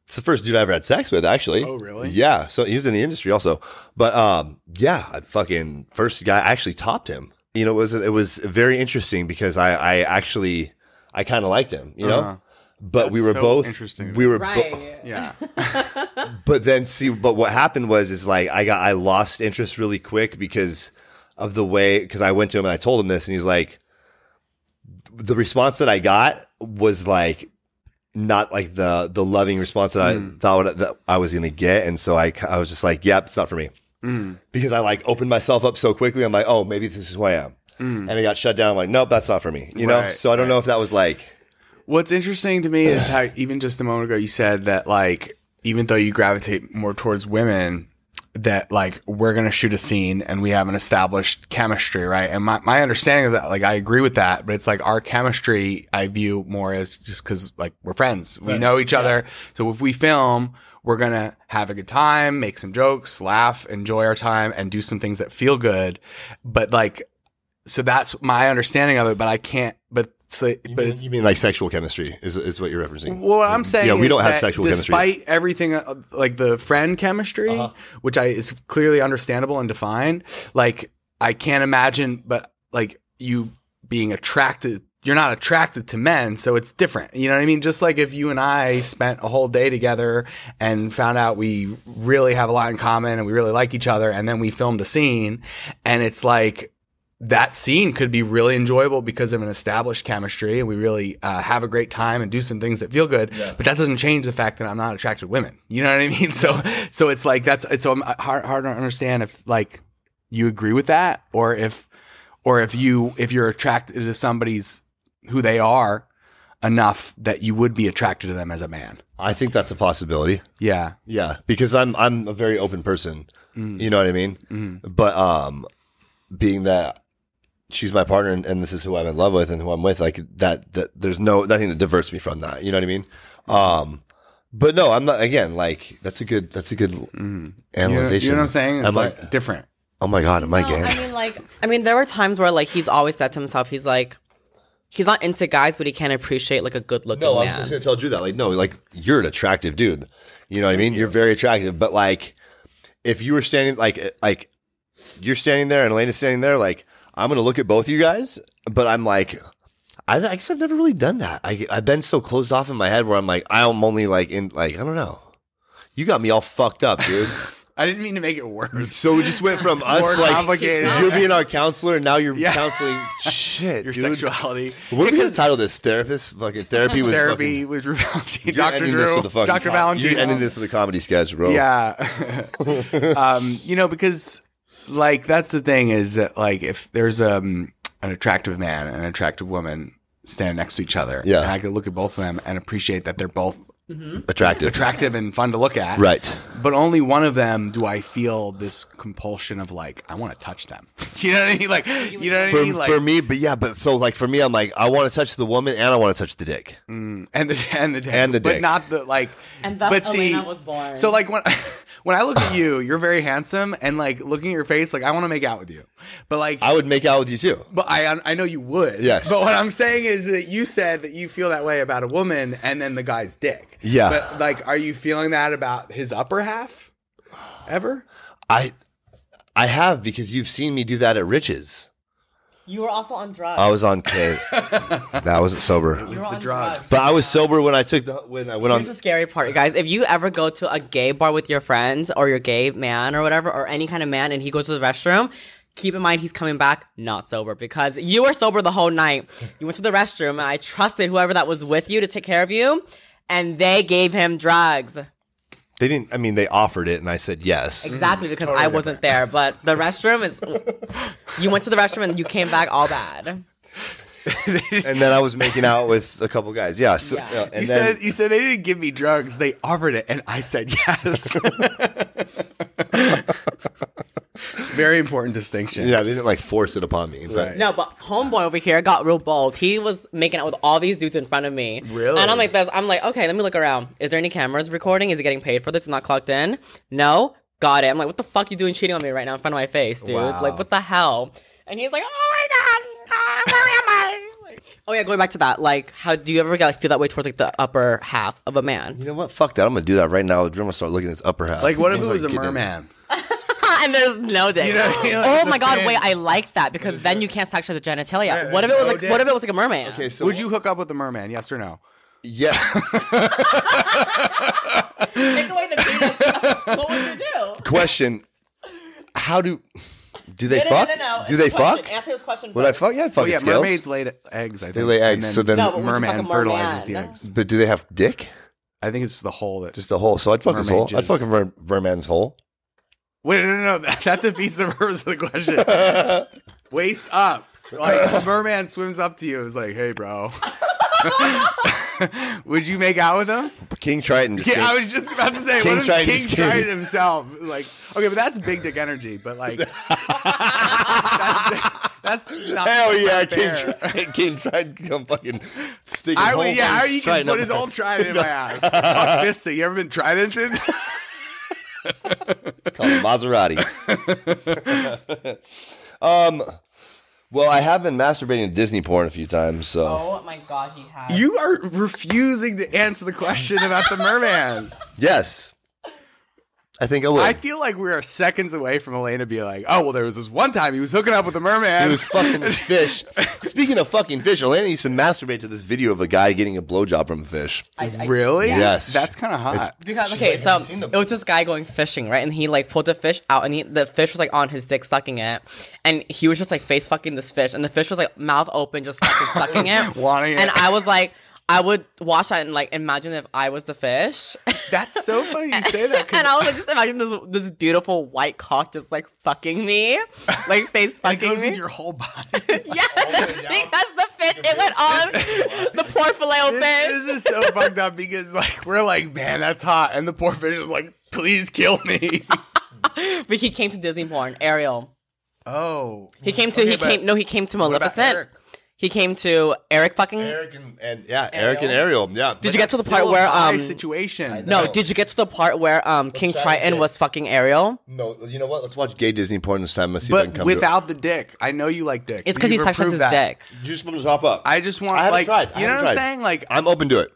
Speaker 3: it's the first dude I ever had sex with, actually.
Speaker 2: Oh, really?
Speaker 3: Yeah. So he was in the industry also, but um, yeah, I fucking first guy I actually topped him. You know, it was it was very interesting because I I actually I kind of liked him, you know.
Speaker 2: Uh-huh.
Speaker 3: But we
Speaker 2: That's
Speaker 3: were
Speaker 2: so
Speaker 3: both
Speaker 2: interesting to
Speaker 3: We
Speaker 2: me.
Speaker 3: were bo-
Speaker 1: Right.
Speaker 2: Yeah.
Speaker 3: but then see but what happened was is like i got i lost interest really quick because of the way because i went to him and i told him this and he's like the response that i got was like not like the the loving response that
Speaker 2: Hmm.
Speaker 3: i thought that i was gonna get and so i i was just like yep it's not for me
Speaker 2: Mm.
Speaker 3: because i like opened myself up so quickly i'm like oh maybe this is who i am and i got shut down i'm like nope that's not for me you know
Speaker 2: Hmm. Right,
Speaker 3: so i don't know if that was like
Speaker 2: What's interesting to me is how even just a moment ago you said that like even though you gravitate more towards women that like we're gonna shoot a scene and we have an established chemistry, right? And my, my understanding of that, like I agree with that, but it's like our chemistry I view more as just cause like we're friends. We know each other. So if we film, we're gonna have a good time, make some jokes, laugh, enjoy our time, and do some things that feel good. But like so that's my understanding of it, but I can't but it's like- but it's
Speaker 3: you mean like sexual chemistry is, is what you're referencing
Speaker 2: well, what I'm saying,
Speaker 3: yeah we
Speaker 2: is
Speaker 3: don't have
Speaker 2: that
Speaker 3: sexual chemistry
Speaker 2: despite everything uh, like the friend chemistry, which I is clearly understandable and defined. Like I can't imagine, but like you being attracted, you're not attracted to men, so it's different. You know what I mean? Just like if you and I spent a whole day together and found out we really have a lot in common and we really like each other, and then we filmed a scene, and it's like that scene could be really enjoyable because of an established chemistry and we really uh, have a great time and do some things that feel good but that doesn't change the fact that i'm not attracted to women you know what i mean so so it's like that's so i'm hard, hard to understand if like you agree with that or if or if you if you're attracted to somebody's who they are enough that you would be attracted to them as a man
Speaker 3: I think that's a possibility.
Speaker 2: yeah
Speaker 3: Yeah, because I'm I'm a very open person.
Speaker 2: Mm.
Speaker 3: You know what I mean?
Speaker 2: Mm-hmm.
Speaker 3: But um, being that she's my partner and, and this is who I'm in love with and who I'm with, like that that there's no nothing that diverts me from that. You know what I mean? Um, but no, I'm not. Again, like that's a good that's a good
Speaker 2: you know,
Speaker 3: analyzation.
Speaker 2: Mm-hmm. you know what i'm saying it's
Speaker 3: I'm
Speaker 2: like,
Speaker 3: like,
Speaker 2: different
Speaker 3: oh my god, am I
Speaker 1: No,
Speaker 3: gay?
Speaker 1: I mean, like, I mean, there were times where like he's always said to himself, he's like, he's not into guys, but he can appreciate like a good looking
Speaker 3: No, I
Speaker 1: man.
Speaker 3: was just gonna tell Drew that. Like, no, like you're an attractive dude. You know what I mean? You're very attractive. But like, if you were standing, like, uh, like you're standing there and Elena's standing there, like I'm gonna look at both you guys. But I'm like, I, I guess I've never really done that. I, I've been so closed off in my head where I'm like, I'm only like in, like I don't know. You got me all fucked up, dude.
Speaker 2: I didn't mean to make it worse.
Speaker 3: so we just went from us
Speaker 2: More
Speaker 3: like
Speaker 2: complicated.
Speaker 3: you're being our counselor, and now you're
Speaker 2: Yeah.
Speaker 3: counseling shit,
Speaker 2: Your
Speaker 3: dude.
Speaker 2: sexuality.
Speaker 3: What are we gonna
Speaker 2: Because
Speaker 3: title this? Therapist? Fucking therapy with
Speaker 2: therapy
Speaker 3: Fucking,
Speaker 2: with Drew Valentine.
Speaker 3: You're
Speaker 2: Dr.
Speaker 3: ending this
Speaker 2: Drew.
Speaker 3: with a fucking
Speaker 2: Dr.
Speaker 3: com-
Speaker 2: Valentine.
Speaker 3: You're ending this with a comedy sketch, bro.
Speaker 2: Yeah. um, you know, because like that's the thing is that like if there's um an attractive man and an attractive woman standing next to each other,
Speaker 3: Yeah.
Speaker 2: and I could look at both of them and appreciate that they're both
Speaker 3: Attractive.
Speaker 2: attractive and fun to look at.
Speaker 3: Right.
Speaker 2: But only one of them do I feel this compulsion of like I want to touch them. you know what I mean? Like you know what I
Speaker 3: For,
Speaker 2: mean? Like
Speaker 3: for me, but yeah, but so like for me, I'm like, I want to touch the woman and I want to touch the dick.
Speaker 2: mm, and the and the dick,
Speaker 3: And the
Speaker 2: but
Speaker 3: dick.
Speaker 2: not the like.
Speaker 1: And thus
Speaker 2: but see,
Speaker 1: Elena was born.
Speaker 2: So like when when I look at you, you're very handsome, and like looking at your face, like I want to make out with you, but like.
Speaker 3: I would make out with you too.
Speaker 2: but I, I know you would.
Speaker 3: Yes.
Speaker 2: But what I'm saying is that you said that you feel that way about a woman and then the guy's dick.
Speaker 3: Yeah.
Speaker 2: But like, are you feeling that about his upper half ever?
Speaker 3: I I have because you've seen me do that at Riches.
Speaker 1: you were also on drugs.
Speaker 3: I was on K. that wasn't sober.
Speaker 1: you were
Speaker 2: the
Speaker 1: on
Speaker 2: drugs.
Speaker 1: drugs.
Speaker 3: But I was sober when I took the when I went
Speaker 1: Here's
Speaker 3: on
Speaker 1: the scary part, you guys. If you ever go to a gay bar with your friends or your gay man or whatever, or any kind of man, and he goes to the restroom, keep in mind he's coming back not sober because you were sober the whole night. You went to the restroom, and I trusted whoever that was with you to take care of you, and they gave him drugs.
Speaker 3: They didn't I mean they offered it and I said yes.
Speaker 1: Exactly because I wasn't there, but the restroom is. You went to the restroom and you came back all bad.
Speaker 3: And then I was making out with a couple guys. Yeah. So,
Speaker 1: Yeah.
Speaker 3: yeah, and
Speaker 2: you
Speaker 3: then-
Speaker 2: said you said they didn't give me drugs. They offered it, and I said yes. Very important distinction.
Speaker 3: yeah, they didn't like force it upon me. But
Speaker 2: Right.
Speaker 1: No, but homeboy over here got real bold. He was making out with all these dudes in front of me.
Speaker 2: Really?
Speaker 1: And I'm like this. I'm like, okay, let me look around. Is there any cameras recording? Is he getting paid for this? It's not clocked in. No, got it. I'm like, what the fuck you doing cheating on me right now in front of my face, dude?
Speaker 2: Wow.
Speaker 1: Like, what the hell? And he's like, oh my god, where am I? Like- oh yeah, going back to that. Like, how do you ever get, like, feel that way towards like the upper half of a man?
Speaker 3: you know what? Fuck that. I'm gonna do that right now. I'm gonna start looking at his upper half.
Speaker 2: Like, what if it
Speaker 3: Like,
Speaker 2: was a
Speaker 3: get in.
Speaker 2: merman?
Speaker 1: and there's no dick.
Speaker 2: You know what I mean? Like,
Speaker 1: oh
Speaker 2: it's
Speaker 1: my
Speaker 2: a
Speaker 1: god,
Speaker 2: thing.
Speaker 1: wait, I like that because then you can't touch the genitalia.
Speaker 2: Right,
Speaker 1: what if it
Speaker 2: there's
Speaker 1: was
Speaker 2: no
Speaker 1: like?
Speaker 2: dick.
Speaker 1: What if it was like a merman?
Speaker 3: Okay, so
Speaker 2: Would you hook up with a merman? Yes or no?
Speaker 3: Yeah.
Speaker 1: Take away the penis. what would you do?
Speaker 3: Question. How do do they
Speaker 1: No, no,
Speaker 3: fuck?
Speaker 1: no, no, no.
Speaker 3: Do they
Speaker 1: It's a question.
Speaker 3: fuck?
Speaker 1: Answer this question.
Speaker 3: Would I fuck? Yeah, I'd fuck
Speaker 2: Oh yeah,
Speaker 3: at scales.
Speaker 2: mermaids lay eggs. I think
Speaker 3: They lay
Speaker 2: and
Speaker 3: eggs, so then-
Speaker 1: No, but would you fuck
Speaker 2: merman
Speaker 1: a
Speaker 2: fertilizes the
Speaker 1: merman?
Speaker 2: eggs.
Speaker 3: But do they have dick?
Speaker 2: I think it's just the whole that
Speaker 3: Just the hole. So I'd fuck his
Speaker 2: Mermaid
Speaker 3: hole. I'd
Speaker 2: jizz.
Speaker 3: fuck a mer- merman's hole.
Speaker 2: Wait, no, no, no. That, that defeats the purpose of the question. Waist up. Like the merman swims up to you. and is like, hey, bro. Would you make out with him?
Speaker 3: King Triton. Just
Speaker 2: Yeah, I
Speaker 3: came-
Speaker 2: was just about to say.
Speaker 3: King
Speaker 2: what if
Speaker 3: Triton
Speaker 2: King
Speaker 3: just
Speaker 2: tried
Speaker 3: came.
Speaker 2: himself? Like, okay, but that's big dick energy. But like, that's, that's not
Speaker 3: Hell yeah, King
Speaker 2: fair.
Speaker 3: Triton. King Triton. Come fucking stick.
Speaker 2: I
Speaker 3: his
Speaker 2: would,
Speaker 3: whole
Speaker 2: yeah, how
Speaker 3: fucking
Speaker 2: you can
Speaker 3: Triton
Speaker 2: put
Speaker 3: up
Speaker 2: his
Speaker 3: my-
Speaker 2: old trident in my ass? Fuck this thing. You ever been tridented?
Speaker 3: It's called a Maserati. um. Well, I have been masturbating to Disney porn a few times, so
Speaker 1: Oh my god, he has.
Speaker 2: you are refusing to answer the question about the merman.
Speaker 3: yes, I think I will.
Speaker 2: I feel like we are seconds away from Elena being like, "Oh well, there was this one time he was hooking up with a merman.
Speaker 3: He was fucking this fish. Speaking of fucking fish, Elena used to masturbate to this video of a guy getting a blowjob from a fish.
Speaker 2: really?
Speaker 3: Yes.
Speaker 2: that's kind of hot.
Speaker 1: Because okay,
Speaker 3: like,
Speaker 1: so
Speaker 3: "Have you seen the-"
Speaker 1: it was this guy going fishing, right? And he like pulled a fish out, and he, the fish was like on his dick sucking it, and he was just like face fucking this fish, and the fish was like mouth open, just fucking sucking it,
Speaker 2: Wanting it.
Speaker 1: And I was like, I would watch that and like imagine if I was the fish.
Speaker 2: That's so funny you say that. 'cause
Speaker 1: and I was like, just imagine this this beautiful white cock just like fucking me, like face
Speaker 2: it
Speaker 1: fucking
Speaker 2: goes
Speaker 1: me.
Speaker 2: into your whole body.
Speaker 1: Yeah, because the fish, it went on the poor filet
Speaker 2: This,
Speaker 1: fish.
Speaker 2: this is so fucked up because like we're like, man, that's hot, and the poor fish is like, please kill me.
Speaker 1: But he came to Disney porn, Ariel.
Speaker 2: oh,
Speaker 1: He came to
Speaker 2: Okay,
Speaker 1: he
Speaker 2: but
Speaker 1: came no he came to
Speaker 2: about
Speaker 1: Maleficent.
Speaker 2: Eric?
Speaker 1: He came to Eric fucking.
Speaker 3: Eric and, and yeah, Eric and Ariel. Yeah.
Speaker 1: Did you get to the part
Speaker 2: Still a
Speaker 1: where
Speaker 2: high
Speaker 1: um
Speaker 2: situation?
Speaker 1: no,
Speaker 3: No.
Speaker 1: Did you get to the part where um King
Speaker 3: try
Speaker 1: Triton
Speaker 3: again.
Speaker 1: was fucking Ariel?
Speaker 3: No, you know what? Let's watch gay Disney porn this time. Let's see if I can
Speaker 2: but
Speaker 3: come
Speaker 2: without the dick. I know you like dick.
Speaker 1: It's because
Speaker 2: You've
Speaker 1: he's touching his
Speaker 2: approved that.
Speaker 1: dick.
Speaker 3: to it. You just want to hop up.
Speaker 2: I just want
Speaker 3: I haven't
Speaker 2: like
Speaker 3: tried. I
Speaker 2: you know what
Speaker 3: haven't
Speaker 2: I'm
Speaker 3: tried.
Speaker 2: saying. Like,
Speaker 3: I'm open to it.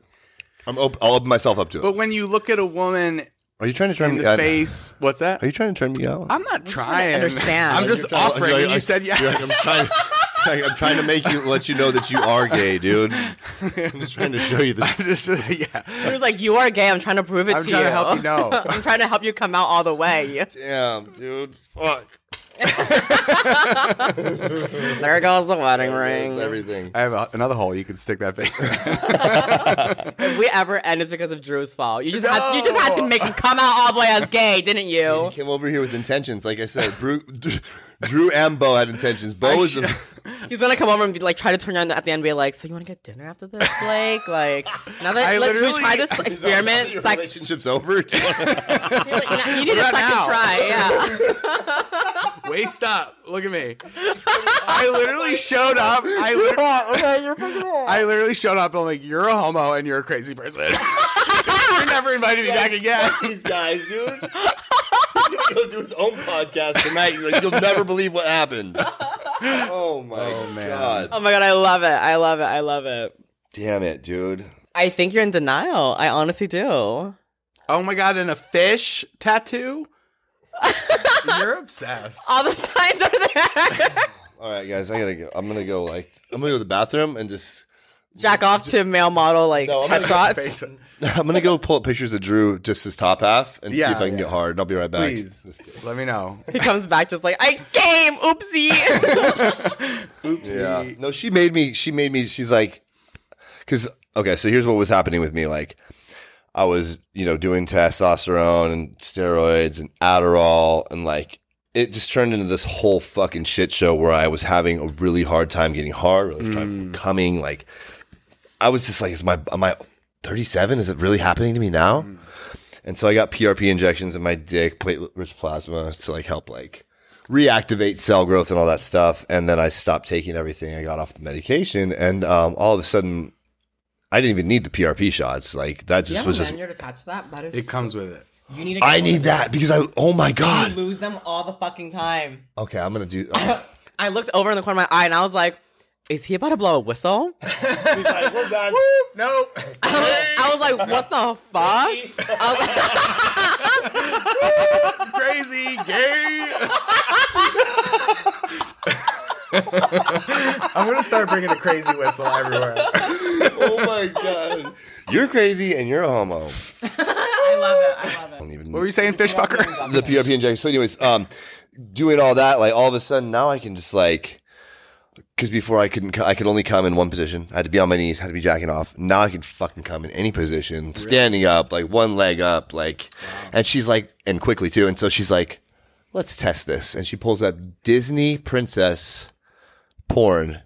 Speaker 3: I'm open. I'll open myself up to it.
Speaker 2: but when you look at a woman
Speaker 3: are you trying to turn
Speaker 2: in
Speaker 3: me
Speaker 2: the
Speaker 3: out?
Speaker 2: face, what's that?
Speaker 3: Are you trying to turn me out?
Speaker 2: I'm not trying.
Speaker 1: understand.
Speaker 2: I'm
Speaker 1: You're
Speaker 2: just
Speaker 3: You're trying to-
Speaker 2: offering.
Speaker 3: you're
Speaker 2: and you
Speaker 3: like-
Speaker 2: said yes.
Speaker 3: you're like, I'm trying. Like, I'm trying to make you let you know that you are gay, dude. I'm just trying to show you this.
Speaker 2: Just, yeah.
Speaker 1: He was like, "You are gay. I'm trying to prove it
Speaker 2: I'm
Speaker 1: to
Speaker 2: trying
Speaker 1: you.
Speaker 2: to help you know.
Speaker 1: I'm trying to help you come out all the way."
Speaker 3: Damn, dude. Fuck.
Speaker 1: There goes the wedding
Speaker 3: It's
Speaker 1: ring.
Speaker 3: everything.
Speaker 2: I have a, another hole you can stick that thing.
Speaker 1: If we ever end, it's because of Drew's fault. You just had, you just had to
Speaker 2: No.
Speaker 1: make him come out all the way as gay, didn't
Speaker 3: He
Speaker 1: you?
Speaker 3: came over here with intentions, like I said. Drew, Drew and Bo had intentions. Bo was a,
Speaker 1: He's gonna come over and be like, try to turn around at the end, and be like, "So you want to get dinner after this, Blake? Like, now that
Speaker 2: I
Speaker 1: like, should we
Speaker 2: literally-
Speaker 1: try this experiment,
Speaker 3: Your
Speaker 1: psych-
Speaker 3: relationship's over.
Speaker 1: you, know, you need a
Speaker 2: What
Speaker 1: second
Speaker 2: about now?
Speaker 1: try." Yeah.
Speaker 2: Waist up. Look at me. I literally showed up. I literally,
Speaker 1: okay, you're fucking
Speaker 2: I literally showed up. I'm like, you're a homo and you're a crazy person. you're never invited me back again.
Speaker 3: These guys, dude. He's gonna go do his own podcast tonight. He's like, you'll never believe what happened. Oh my
Speaker 2: Oh, man.
Speaker 1: Oh
Speaker 3: god.
Speaker 1: my god, I love it. I love it. I love it.
Speaker 3: Damn it, dude.
Speaker 1: I think you're in denial. I honestly do.
Speaker 2: Oh my god, and a fish tattoo? You're obsessed.
Speaker 1: All the signs are there.
Speaker 3: All right, guys, I gotta go. I'm gonna go. Like, I'm gonna go to the bathroom and just.
Speaker 1: Jack off to male model like
Speaker 3: No, I'm gonna
Speaker 1: headshots.
Speaker 3: I'm gonna go pull up pictures of Drew, just his top half, and
Speaker 2: Yeah,
Speaker 3: see if I can
Speaker 2: yeah.
Speaker 3: get hard. I'll be right back.
Speaker 2: Please let me know.
Speaker 1: He comes back just like I came. Oopsie.
Speaker 3: Yeah. No, she made me. She made me. She's like, because okay. So here's what was happening with me. Like, I was you know doing testosterone and steroids and Adderall and like it just turned into this whole fucking shit show where I was having a really hard time getting hard, really hard time coming. Like, I was just like, is my am I 37? Is it really happening to me now? And so I got PRP injections in my dick, platelet rich plasma to like help like reactivate cell growth and all that stuff. And then I stopped taking everything. I got off the medication, and um, all of a sudden, I didn't even need the PRP shots. Like that just was just.
Speaker 1: you're attached to that. That is.
Speaker 2: It comes with it.
Speaker 1: You need.
Speaker 3: I need that because I. Oh my god.
Speaker 1: lose them all the fucking time.
Speaker 3: Okay, I'm gonna do.
Speaker 1: I looked over in the corner of my eye and I was like, "Is he about to blow a whistle?"
Speaker 3: well done.
Speaker 2: No.
Speaker 1: I was like, "What the fuck?" I was like,
Speaker 2: Crazy gay. I'm gonna start bringing a crazy whistle everywhere.
Speaker 3: Oh my god. You're crazy and you're a homo.
Speaker 1: I love it. I love
Speaker 3: I
Speaker 1: it.
Speaker 3: don't even.
Speaker 2: What were you saying, fish fucker?
Speaker 3: the PRP injection. So, anyways, um, doing all that, like all of a sudden now I can just like, because before I couldn't, co- I could only come in one position. I had to be on my knees, had to be jacking off. Now I can fucking come in any position, standing up, like one leg up, like. And she's like, and quickly too. And so she's like, let's test this. And she pulls up Disney princess porn,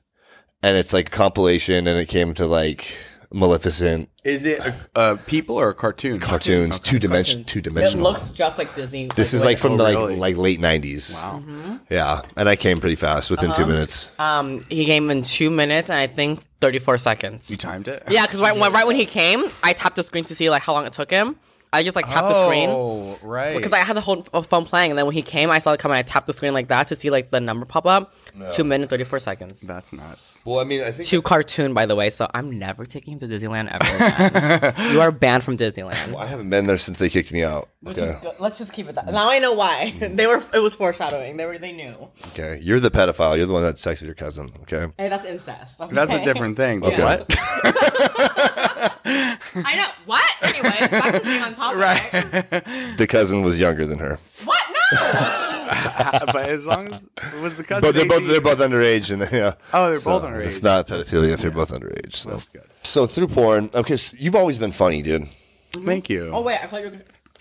Speaker 3: and it's like a compilation, and it came to like Maleficent
Speaker 2: Is it a, a people or a cartoon?
Speaker 3: cartoons, two dimension, two
Speaker 1: It
Speaker 3: dimensional.
Speaker 1: looks just like Disney.
Speaker 3: This is like from the like,
Speaker 2: oh, really?
Speaker 3: like late nineties.
Speaker 2: Wow. Mm-hmm. Uh-huh.
Speaker 3: Yeah, and I came pretty fast within two minutes.
Speaker 1: um, he came in two minutes and I think thirty-four seconds.
Speaker 2: You timed it.
Speaker 1: Yeah, because right, when- right when he came, I tapped the screen to see like how long it took him. I just like tapped the screen
Speaker 2: Oh, right.
Speaker 1: because I had the whole f- phone playing, and then when he came, I saw it come and I tapped the screen like that to see like the number pop up. Two minutes thirty four seconds.
Speaker 2: That's nuts.
Speaker 3: Well, I mean, I think
Speaker 1: To cartoon, by the way, so I'm never taking him to Disneyland ever again. you are banned from Disneyland.
Speaker 3: I haven't been there since they kicked me out. Okay,
Speaker 1: Let's just keep it that. Now I know why
Speaker 2: Mm.
Speaker 1: they were. It was foreshadowing. They were. They knew.
Speaker 3: okay, you're the pedophile. You're the one that sexed your cousin. Okay,
Speaker 1: Hey, that's incest.
Speaker 2: That's a different thing. But
Speaker 3: Okay.
Speaker 2: what?
Speaker 1: I know what. Anyways, back to being on topic.
Speaker 3: the cousin was younger than her,
Speaker 1: What? No.
Speaker 2: but as long as it was the cousin.
Speaker 3: but they're both
Speaker 2: 18.
Speaker 3: they're both underage, and yeah.
Speaker 2: Oh, they're
Speaker 3: So
Speaker 2: both underage.
Speaker 3: It's not pedophilia if they're both underage. So,
Speaker 2: That's good.
Speaker 3: so through porn, okay, so you've always been funny, dude.
Speaker 2: Thank you.
Speaker 1: oh wait, I thought you're.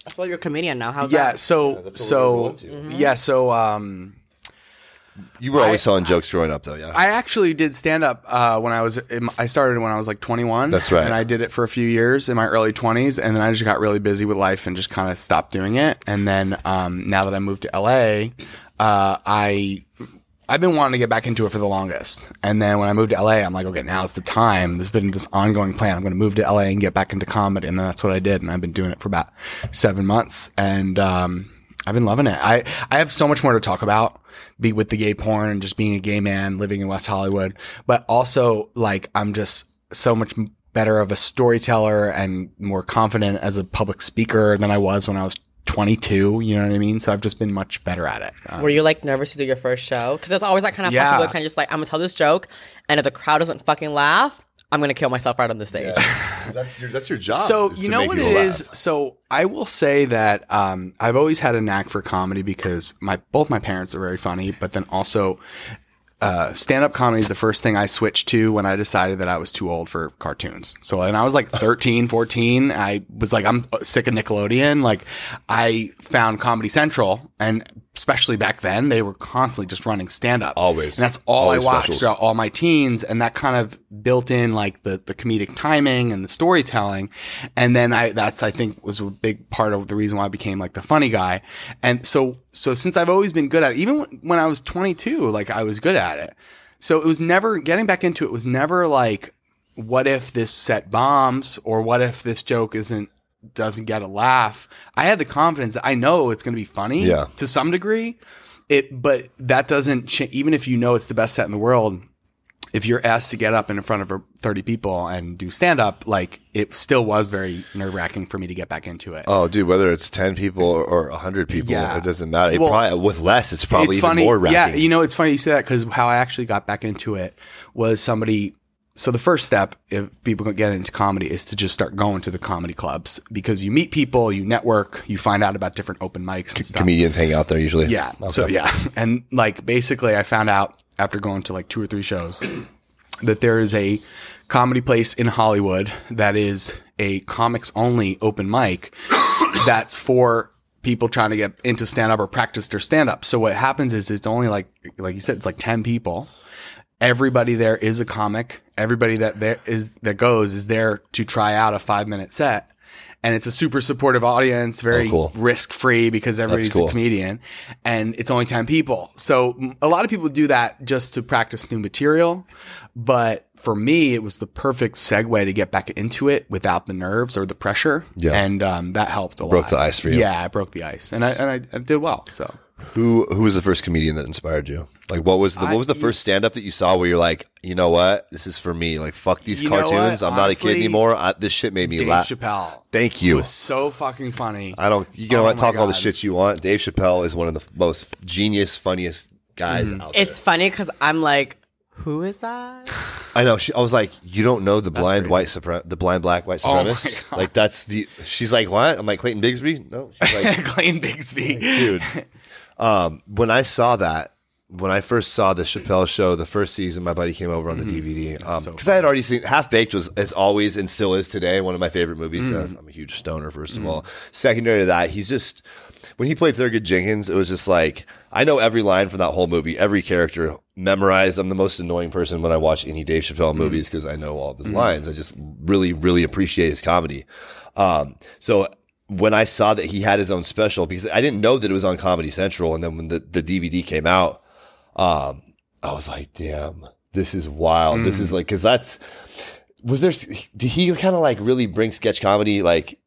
Speaker 1: I thought you're a comedian now. How's
Speaker 2: yeah.
Speaker 1: that?
Speaker 2: So
Speaker 3: that's what we're
Speaker 2: so
Speaker 3: going to.
Speaker 2: yeah. So um,
Speaker 3: You were always telling jokes growing up, though. Yeah,
Speaker 2: I actually did stand up uh, when I was in, I started when I was like 21.
Speaker 3: That's right.
Speaker 2: And I did it for a few years in my early 20s, and then I just got really busy with life and just kind of stopped doing it. And then um, now that I moved to LA, uh, I I've been wanting to get back into it for the longest. And then when I moved to LA, I'm like, okay, now's the time. There's been this ongoing plan. I'm going to move to LA and get back into comedy. And that's what I did. And I've been doing it for about seven months. And, um, I've been loving it. I, I have so much more to talk about be with the gay porn and just being a gay man living in West Hollywood. But also like, I'm just so much m- better of a storyteller and more confident as a public speaker than I was when I was 22. You know what I mean? So I've just been much better at it. Uh,
Speaker 1: Were you like nervous to do your first show? Because it's always that kind of
Speaker 2: Yeah.
Speaker 1: possible kind of just like I'm gonna tell this joke, and if the crowd doesn't fucking laugh, I'm gonna kill myself right on the stage.
Speaker 3: That's your that's your job.
Speaker 2: so
Speaker 3: is
Speaker 2: you
Speaker 3: to
Speaker 2: know
Speaker 3: make
Speaker 2: what it
Speaker 3: people
Speaker 2: is.
Speaker 3: laugh.
Speaker 2: So I will say that um, I've always had a knack for comedy because my both my parents are very funny, but then also uh, stand up comedy is the first thing I switched to when I decided that I was too old for cartoons. So when I was like 13, 14, I was like, I'm sick of Nickelodeon. Like, I found Comedy Central, and especially back then, they were constantly just running stand up.
Speaker 3: Always.
Speaker 2: And that's all
Speaker 3: Always
Speaker 2: I watched
Speaker 3: specials.
Speaker 2: throughout all my teens. And that kind of built in like the, the comedic timing and the storytelling. And then I, that's, I think was a big part of the reason why I became like the funny guy. And so, so since I've always been good at it, even when- when I was 22, like I was good at it. So it was never getting back into it was never like, what if this set bombs or what if this joke isn't doesn't get a laugh? I had the confidence that I know it's going to be funny
Speaker 3: Yeah.
Speaker 2: to some degree. It, but that doesn't cha- even if you know it's the best set in the world. If you're asked to get up in front of 30 people and do stand up, like it still was very nerve wracking for me to get back into it.
Speaker 3: Oh, dude, whether it's ten people or- or hundred people,
Speaker 2: Yeah.
Speaker 3: it doesn't matter. It
Speaker 2: Well,
Speaker 3: probably, with less, it's probably
Speaker 2: it's
Speaker 3: even
Speaker 2: funny.
Speaker 3: more
Speaker 2: Yeah,
Speaker 3: racking.
Speaker 2: you know, it's funny you say that because how I actually got back into it was somebody. So the first step, if people can get into comedy, is to just start going to the comedy clubs because you meet people, you network, you find out about different open mics and stuff.
Speaker 3: comedians hang out there usually.
Speaker 2: Yeah. So yeah, and like basically, I found out after going to like two or three shows that there is a comedy place in Hollywood that is a comics only open mic that's for people trying to get into stand up or practice their stand up. So what happens is it's only like like you said it's like 10 people. Everybody there is a comic. Everybody that there is that goes is there to try out a 5 minute set. And it's a super supportive audience, very
Speaker 3: Oh, cool.
Speaker 2: risk free because everybody's
Speaker 3: cool.
Speaker 2: a comedian and it's only 10 people. So mm, a lot of people do that just to practice new material. But for me, it was the perfect segue to get back into it without the nerves or the pressure.
Speaker 3: Yeah.
Speaker 2: And um, that helped a lot.
Speaker 3: Broke the ice for you.
Speaker 2: Yeah, I broke the ice and I, and I, I did well. So
Speaker 3: Who who was the first comedian that inspired you? Like, what was the what was the first stand up that you saw where you're like, you know what, this is for me. Like, fuck these
Speaker 2: You know what?
Speaker 3: cartoons. I'm not a kid
Speaker 2: Honestly,
Speaker 3: anymore. I, this shit made me
Speaker 2: Dave
Speaker 3: laugh.
Speaker 2: Chappelle
Speaker 3: Thank you.
Speaker 2: was so fucking funny.
Speaker 3: I don't. You know
Speaker 2: Oh
Speaker 3: what?
Speaker 2: my
Speaker 3: Talk all the
Speaker 2: God.
Speaker 3: shit you want. Dave Chappelle is one of the most genius, funniest guys
Speaker 2: Mm-hmm.
Speaker 3: out there.
Speaker 1: It's funny because I'm like, who is that?
Speaker 3: I know. She, I was like, you don't know the blind white supre- the blind black white
Speaker 2: Oh my
Speaker 3: supremacist. like that's the. She's like, what? I'm like Clayton Bigsby. No, she's like,
Speaker 2: Clayton Bigsby.
Speaker 3: dude. Um, when I saw that, when I first saw the Chappelle show, the first season, my buddy came over on the DVD because Um, I had already seen Half Baked was as always and still is today one of my favorite movies. 'cause I'm a huge stoner, first of all. Secondary to that, he's just when he played Thurgood Jenkins, it was just like I know every line from that whole movie, every character memorized. I'm the most annoying person when I watch any Dave Chappelle movies because I know all of his lines. I just really, really appreciate his comedy. Um, so when I saw that he had his own special, because I didn't know that it was on Comedy Central, and then when the, the DVD came out, um, I was like, damn, this is wild. This
Speaker 2: Mm.
Speaker 3: is like, because that's was there. Did he kind of like really bring sketch comedy like?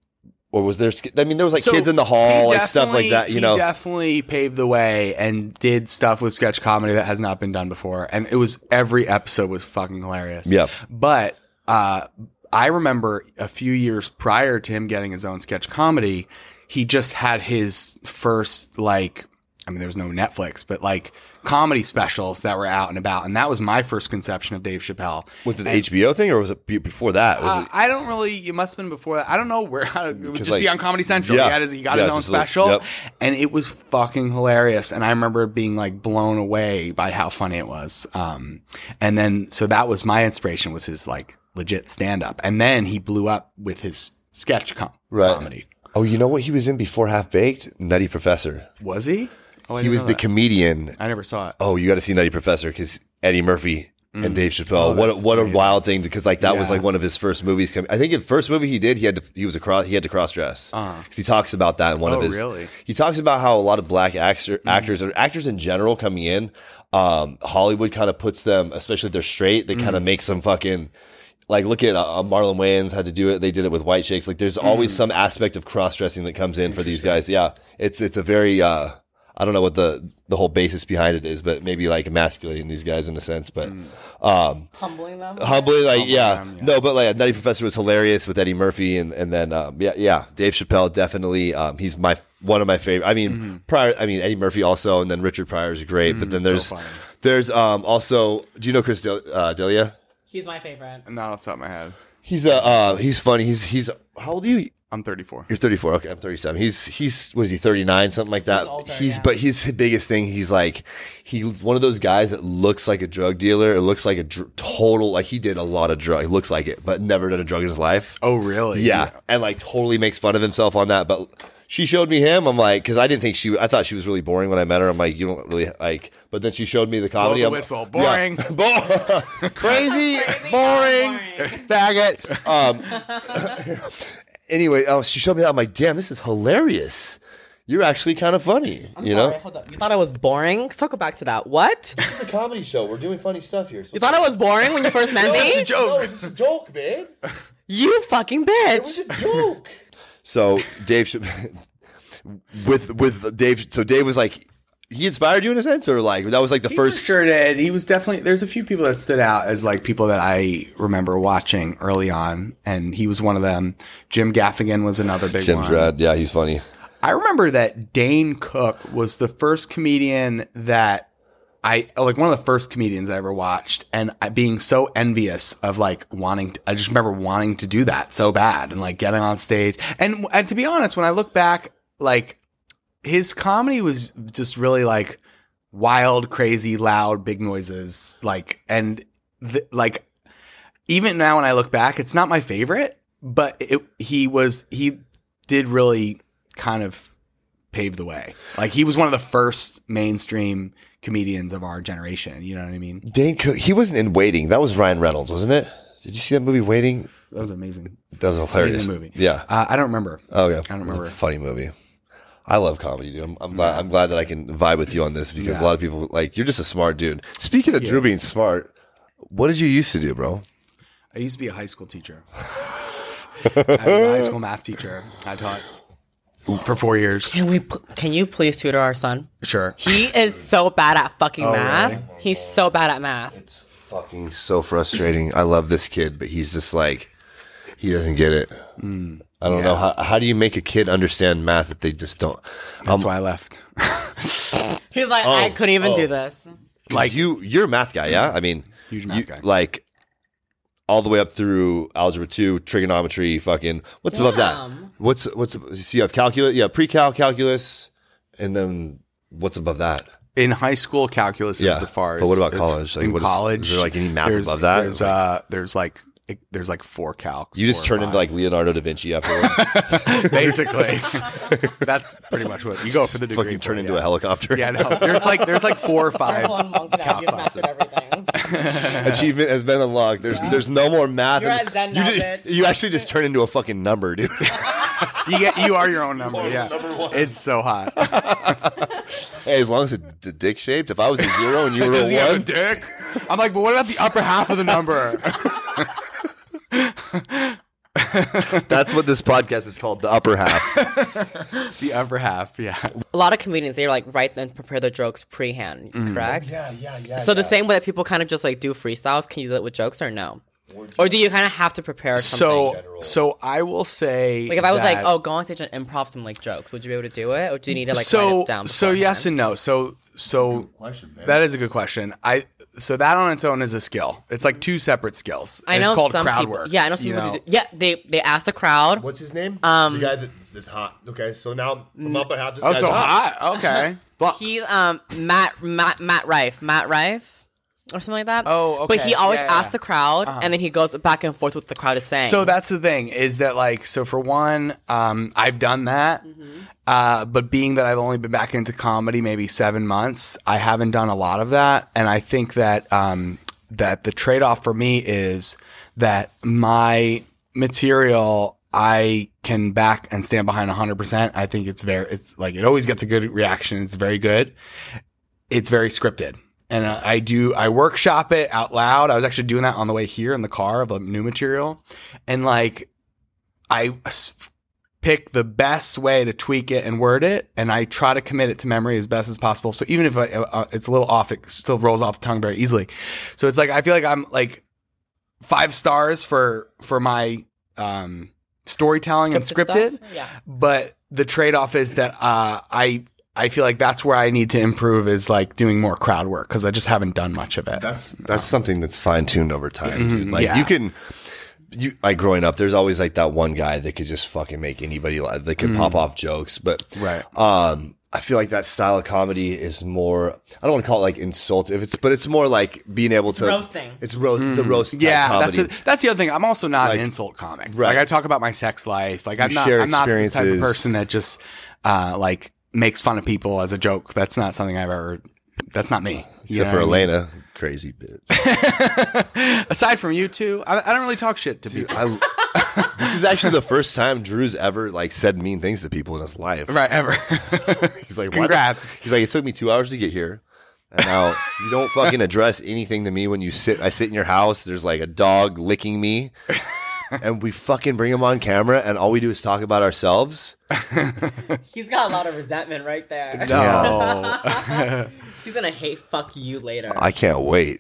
Speaker 3: Or was there? ske- I mean, there was like
Speaker 2: So
Speaker 3: kids in the
Speaker 2: he
Speaker 3: hall and stuff
Speaker 2: definitely-
Speaker 3: like that. You
Speaker 2: he
Speaker 3: know,
Speaker 2: definitely paved the way and did stuff with sketch comedy that has not been done before. And it was every episode was fucking hilarious.
Speaker 3: Yeah.
Speaker 2: But uh, I remember a few years prior to him getting his own sketch comedy, he just had his first like. I mean, there was no Netflix, but like comedy specials that were out and about, and that was my first conception of Dave Chappelle.
Speaker 3: was it an HBO thing or was it be- before that? Was
Speaker 2: Uh,
Speaker 3: it?
Speaker 2: I don't really. It must have been before that. I don't know where. How, it would
Speaker 3: 'Cause,
Speaker 2: just
Speaker 3: like-
Speaker 2: be on Comedy Central.
Speaker 3: Yeah.
Speaker 2: he, had his, he got
Speaker 3: Yeah,
Speaker 2: his own
Speaker 3: just a little-
Speaker 2: special,
Speaker 3: yep.
Speaker 2: and it was fucking hilarious. And I remember being like blown away by how funny it was. Um, and then so that was my inspiration was his like legit stand up, and then he blew up with his sketch com-
Speaker 3: Right.
Speaker 2: comedy.
Speaker 3: Oh, you know what he was in before Half Baked? Nutty Professor.
Speaker 2: Was he? Oh, I
Speaker 3: he
Speaker 2: didn't
Speaker 3: was
Speaker 2: know
Speaker 3: the
Speaker 2: that.
Speaker 3: comedian
Speaker 2: I never saw it.
Speaker 3: oh, you got to see Nutty Professor because Eddie Murphy and Dave Chappelle. what
Speaker 2: Mm.
Speaker 3: a,
Speaker 2: Oh, that's
Speaker 3: what a wild thing because like that was
Speaker 2: Yeah.
Speaker 3: like one of his first movies. Coming, I think the first movie he did, he had to he was a cross he had to cross dress because he talks about that in one of
Speaker 2: Uh-huh. Oh,
Speaker 3: his.
Speaker 2: really?
Speaker 3: He talks about how a lot of black actor, actors or actors in general coming in, um, Hollywood kind of puts them, especially if they're straight, they kind of makes them fucking. Like look at uh, Marlon Wayans had to do it. They did it with White Chicks. Like there's always some aspect of cross dressing that comes in for these guys. Yeah, it's it's a very uh, I don't know what the the whole basis behind it is, but maybe like emasculating these guys in a sense. But um,
Speaker 1: Humbling them.
Speaker 2: Oh.
Speaker 3: humbly, like yeah.
Speaker 2: them, yeah.
Speaker 3: no, but like Nutty Professor was hilarious with Eddie Murphy, and and then um, yeah, yeah, Dave Chappelle definitely. Um, he's my one of my favorite. I mean,
Speaker 2: Mm-hmm.
Speaker 3: Pryor. I mean, Eddie Murphy also, and then Richard Pryor is great. but then there's
Speaker 2: funny.
Speaker 3: there's um also. Do you know Chris Del- uh, Delia?
Speaker 1: He's my favorite.
Speaker 2: Not off the top of my head.
Speaker 3: He's a uh, he's funny. He's he's how old are you?
Speaker 2: I'm 34.
Speaker 3: You're 34. Okay, I'm 37. He's he's was he 39 something like that.
Speaker 1: He's older,
Speaker 3: he's
Speaker 1: yeah.
Speaker 3: but his biggest thing. He's like he's one of those guys that looks like a drug dealer. It looks like a dr- total like he did a lot of drug. He looks like it, but never done a drug in his life.
Speaker 2: Oh, really?
Speaker 3: Yeah, and like totally makes fun of himself on that. But she showed me him. I'm like, because I didn't think she. I thought she was really boring when I met her. I'm like, you don't really like. But then she showed me the comedy.
Speaker 2: the
Speaker 3: I'm-
Speaker 2: whistle. Boring.
Speaker 3: Yeah. Bo- crazy, boring, faggot. Um, anyway, oh, she showed me that. I'm like, damn, this is hilarious. You're actually kind of funny.
Speaker 1: I'm
Speaker 3: you
Speaker 1: sorry,
Speaker 3: know,
Speaker 1: hold up. You thought I was boring? Let's go back to that. What? You
Speaker 3: it's a comedy show. We're doing funny stuff here. So
Speaker 1: thought I was boring when you first met me?
Speaker 3: No, it's just a joke, man.
Speaker 1: You fucking bitch.
Speaker 3: a joke. So Dave, should, with with Dave, so Dave was like, he inspired you in a sense, or like that was like the
Speaker 2: First
Speaker 3: first.
Speaker 2: sure did. He was definitely there's a few people that stood out as like people that I remember watching early on, and he was one of them. Jim Gaffigan was another big one.
Speaker 3: yeah, he's funny.
Speaker 2: I remember that Dane Cook was the first comedian that I like one of the first comedians I ever watched, and I, being so envious of like wanting. To, I just remember wanting to do that so bad, and like getting on stage. And, and to be honest, when I look back, like his comedy was just really like wild, crazy, loud, big noises, like and th- like even now when I look back, it's not my favorite, but it, he was he did really kind of pave the way. Like he was one of the first mainstream comedians of our generation. You know what I mean?
Speaker 3: Dane Cook, he wasn't in Waiting. That was Ryan Reynolds, wasn't it? Did you see that movie Waiting?
Speaker 2: That was amazing.
Speaker 3: That was hilarious.
Speaker 2: Amazing movie.
Speaker 3: Yeah.
Speaker 2: Uh, I don't remember.
Speaker 3: Oh yeah. I
Speaker 2: don't remember.
Speaker 3: funny movie. I love comedy, dude. I'm, I'm glad. I'm glad that I can vibe with you on this because a lot of people like you're just a smart dude. Speaking of Drew being smart, what did you used to do, bro?
Speaker 2: I used to be a high school teacher. I was a high school math teacher. I taught for four years.
Speaker 1: Can we? pl- Can you please tutor our son?
Speaker 2: Sure.
Speaker 1: He is so bad at fucking
Speaker 2: Oh, really?
Speaker 1: math. He's so bad at math.
Speaker 3: It's fucking so frustrating. I love this kid, but he's just like he doesn't get it.
Speaker 2: Hmm.
Speaker 3: I don't know how. How do you make a kid understand math if they just don't? Um,
Speaker 2: That's why I left.
Speaker 1: He's like, I
Speaker 3: Oh,
Speaker 1: couldn't even
Speaker 3: oh.
Speaker 1: do this.
Speaker 3: Like Mm-hmm. you, you're a math guy, yeah. I mean,
Speaker 2: Huge math
Speaker 3: you-
Speaker 2: guy.
Speaker 3: Like all the way up through algebra two, trigonometry, fucking. What's above that?
Speaker 1: Damn.
Speaker 3: What's what's so you have calculus? Yeah, pre-cal calculus, and then what's above that?
Speaker 2: In high school, calculus
Speaker 3: Yeah.
Speaker 2: is the far.
Speaker 3: But what about
Speaker 2: it's-
Speaker 3: college? Like,
Speaker 2: in
Speaker 3: what is- is
Speaker 2: college,
Speaker 3: there, like, any math
Speaker 2: there's-
Speaker 3: above that?
Speaker 2: There's
Speaker 3: Like-
Speaker 2: uh, there's like it- there's like four calcs.
Speaker 3: You just
Speaker 2: four or
Speaker 3: turn into
Speaker 2: five.
Speaker 3: like Leonardo da Vinci afterwards.
Speaker 2: basically. That's pretty much what you go for the degree.
Speaker 3: fucking
Speaker 2: for,
Speaker 3: turn into
Speaker 2: yeah.
Speaker 3: a helicopter.
Speaker 2: Yeah, no. There's like there's like four or five.
Speaker 1: Full-on monkey now. You've mastered everything.
Speaker 3: Achievement has been unlocked. There's there's no more math.
Speaker 1: You're
Speaker 3: and-
Speaker 1: at Zen
Speaker 3: you,
Speaker 1: now,
Speaker 3: did-
Speaker 1: bitch.
Speaker 3: you actually just turn into a fucking number, dude.
Speaker 2: You get you are your own number. Yeah,
Speaker 3: number one.
Speaker 2: it's so hot.
Speaker 3: hey, as long as it's d- dick shaped. If I was a zero and you were
Speaker 2: Does he
Speaker 3: a
Speaker 2: have a
Speaker 3: one,
Speaker 2: dick? I'm like, but what about the upper half of the number?
Speaker 3: that's what this podcast is called, the upper half.
Speaker 2: the upper half. Yeah.
Speaker 1: a lot of comedians they like write and prepare their jokes prehand,
Speaker 2: Mm.
Speaker 1: correct?
Speaker 3: yeah, yeah, yeah.
Speaker 1: So the same way that people kind of just like do freestyles, can you do that with jokes or no? Or do you kind of have to prepare something?
Speaker 2: So so I will say
Speaker 1: like if I was like,
Speaker 2: that-
Speaker 1: oh, go on stage and improv some like jokes, would you be able to do it, or do you need to like write
Speaker 2: so
Speaker 1: it down?
Speaker 2: so yes and no so so that is a good question i so that on its own is a skill it's like two separate skills
Speaker 1: I
Speaker 2: And
Speaker 1: know
Speaker 2: it's called
Speaker 1: some
Speaker 2: crowd
Speaker 1: people.
Speaker 2: work
Speaker 1: Yeah, I know some
Speaker 2: you
Speaker 1: people. who Do, yeah, they they ask the crowd.
Speaker 3: What's his name?
Speaker 1: Um, Mm.
Speaker 3: the guy that's, that's hot. Okay, so now from upper half. This
Speaker 2: oh
Speaker 3: guy's
Speaker 2: so hot okay
Speaker 3: Fuck.
Speaker 1: He um Matt Matt Matt Rife Matt Rife or something like that.
Speaker 2: Oh,
Speaker 1: But
Speaker 2: okay.
Speaker 1: he always
Speaker 2: Yeah, yeah,
Speaker 1: asks
Speaker 2: yeah. Uh-huh.
Speaker 1: the crowd, and then he goes back and forth with the crowd is saying.
Speaker 2: So that's the thing is that like so for one, um, I've done that, uh, but being that I've only been back into comedy maybe seven months, I haven't done a lot of that, and I think that um, that the trade off for me is that my material I can back and stand behind hundred percent. I think it's very it's like it always gets a good reaction. It's very good it's very scripted. And I I do, I workshop it out loud. I was actually doing that on the way here in the car of a new material. And like, I s- pick the best way to tweak it and word it. And I try to commit it to memory as best as possible. So even if I, uh, it's a little off, it still rolls off the tongue very easily. So it's like, I feel like I'm like five stars for, for my, um, storytelling
Speaker 1: Scripted
Speaker 2: and scripted.
Speaker 1: stuff? Yeah.
Speaker 2: But the trade off is that uh, I I feel like that's where I need to improve is like doing more crowd work because I just haven't done much of it.
Speaker 3: That's that's something that's fine tuned over
Speaker 1: Mm-hmm.
Speaker 3: time, dude. Like
Speaker 2: yeah.
Speaker 3: you can, you like growing up. There's always like that one guy that could just fucking make anybody laugh. That could
Speaker 1: Mm.
Speaker 3: pop off jokes, but
Speaker 2: Right.
Speaker 3: Um, I feel like that style of comedy is more. I don't want to call it like insult if it's, but it's more like being able to
Speaker 1: Roasting. Mm.
Speaker 3: It's roast the roast. type
Speaker 2: yeah, that's
Speaker 3: comedy.
Speaker 2: a, that's the other thing. I'm also not
Speaker 3: Like-
Speaker 2: an insult comic.
Speaker 3: Right.
Speaker 2: Like I talk about my sex life. Like I'm
Speaker 3: You
Speaker 2: not
Speaker 3: share
Speaker 2: I'm not the type of
Speaker 3: experiences.
Speaker 2: person that just uh, like makes fun of people as a joke. That's not something I've ever. That's not me. You
Speaker 3: Except
Speaker 2: know
Speaker 3: for
Speaker 2: what I mean?
Speaker 3: Elena, crazy bitch.
Speaker 2: Aside from you two, I, I don't really talk shit to people.
Speaker 3: I- this is actually the first time Drew's ever like said mean things to people in his life.
Speaker 2: Right, ever.
Speaker 3: He's like, "Why the
Speaker 2: Congrats.
Speaker 3: He's like, it took me two hours to get here. And now you don't fucking address anything to me when you sit. I sit in your house. There's like a dog licking me, and we fucking bring him on camera, and all we do is talk about ourselves.
Speaker 1: He's got a lot of resentment right there.
Speaker 2: No.
Speaker 1: He's gonna hate fuck you later.
Speaker 3: I can't wait.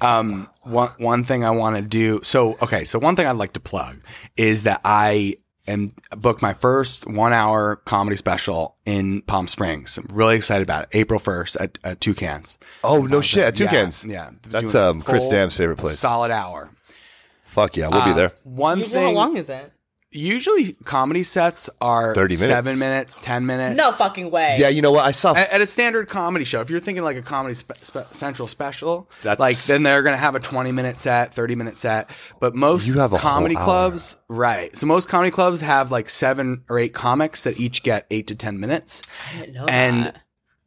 Speaker 2: um, one, one thing I want to do. So, okay. So, one thing I'd like to plug is that I am booked my first one hour comedy special in Palm Springs. I'm really excited about it. April 1st at, at Two Cans.
Speaker 3: Oh no shit! At two
Speaker 2: yeah,
Speaker 3: cans.
Speaker 2: Yeah.
Speaker 3: That's
Speaker 2: Doing a
Speaker 3: um Chris
Speaker 2: full
Speaker 3: Dam's favorite place.
Speaker 2: Solid hour.
Speaker 3: Fuck yeah, we'll be
Speaker 2: Uh,
Speaker 3: there.
Speaker 2: One
Speaker 1: Usually,
Speaker 2: thing.
Speaker 1: how long is it?
Speaker 2: usually comedy sets are
Speaker 3: 30 minutes.
Speaker 2: seven minutes, 10 minutes.
Speaker 1: No fucking way.
Speaker 3: Yeah, you know what? I saw.
Speaker 2: at, at a standard comedy show, if you're thinking like a comedy spe- spe- central special,
Speaker 3: That's-
Speaker 2: like then they're gonna have a 20 minute set, 30 minute set. But most
Speaker 3: You have a
Speaker 2: comedy
Speaker 3: whole hour.
Speaker 2: clubs, right? So most comedy clubs have like seven or eight comics that each get eight to 10 minutes,
Speaker 1: I didn't know
Speaker 2: and
Speaker 1: that.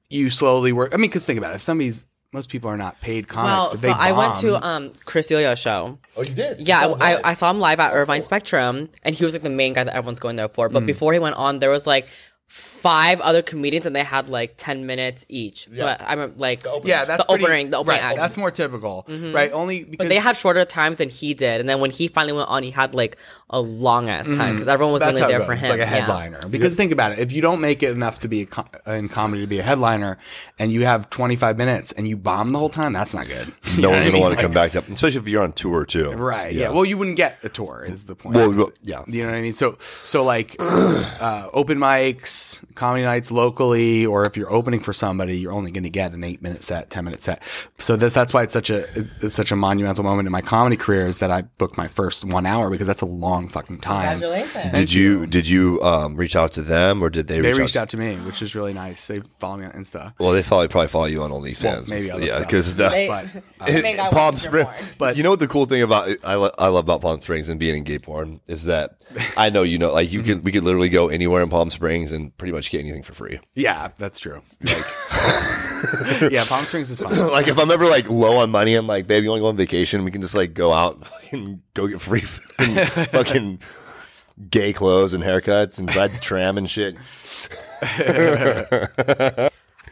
Speaker 2: you slowly work. I mean, because think about it, if somebody's most people are not paid
Speaker 1: Well,
Speaker 2: comics. if
Speaker 1: so
Speaker 2: they
Speaker 1: I went
Speaker 2: bomb-
Speaker 1: to um Chris D'Elio's show.
Speaker 3: oh, you did?
Speaker 1: Yeah, I, I, I saw him live at Irvine Spectrum, and he was like the main guy that everyone's going there for. But
Speaker 2: Mm.
Speaker 1: before he went on, there was like five other comedians, and they had like ten minutes each. But I'm like,
Speaker 2: yeah, that's
Speaker 1: the
Speaker 2: pretty-
Speaker 1: opening- the opening
Speaker 2: right,
Speaker 1: acts.
Speaker 2: That's more typical, right? Only because
Speaker 1: but they had shorter times than he did. And then when he finally went on, he had like a long ass time because everyone was
Speaker 2: Mm.
Speaker 1: really
Speaker 2: That's how
Speaker 1: there
Speaker 2: it goes.
Speaker 1: for
Speaker 2: It's
Speaker 1: him.
Speaker 2: like a
Speaker 1: Yeah.
Speaker 2: headliner. Because think about it: if you don't make it enough to be a com- in comedy to be a headliner, and you have 25 minutes and you bomb the whole time, that's not good. You know
Speaker 3: No one's
Speaker 2: what I
Speaker 3: gonna
Speaker 2: mean?
Speaker 3: want to come
Speaker 2: Like,
Speaker 3: back to, especially if you're on tour too.
Speaker 2: Right. Yeah. Well, you wouldn't get a tour. Is the point?
Speaker 3: Well, well, yeah.
Speaker 2: You know what I mean? So, so like uh, open mics, comedy nights locally, or if you're opening for somebody, you're only going to get an eight minute set, ten minute set. So this, that's why it's such a it's such a monumental moment in my comedy career is that I booked my first one hour because that's a long fucking time.
Speaker 1: Congratulations.
Speaker 3: Did you did you um, reach out to them or did they,
Speaker 2: They
Speaker 3: reach
Speaker 2: reached
Speaker 3: out?
Speaker 2: out to me, which is really nice. They follow me on Insta.
Speaker 3: Well, they probably probably follow you on OnlyFans.
Speaker 2: Well, maybe other
Speaker 3: yeah,
Speaker 2: stuff.
Speaker 3: because the
Speaker 1: They-
Speaker 2: But
Speaker 1: I think I
Speaker 3: Palm
Speaker 1: watched your
Speaker 3: Springs.
Speaker 1: porn.
Speaker 2: But-
Speaker 3: But you know what the cool thing about I, lo- I love about Palm Springs and being in gay porn is that I know you know like you could we could literally go anywhere in Palm Springs and pretty much get anything for free.
Speaker 2: yeah, that's true. yeah, Palm Springs is fun.
Speaker 3: Like if I'm ever like low on money, I'm like, babe, you want to go on vacation? We can just like go out and fucking go get free food and fucking gay clothes and haircuts and ride the tram and shit.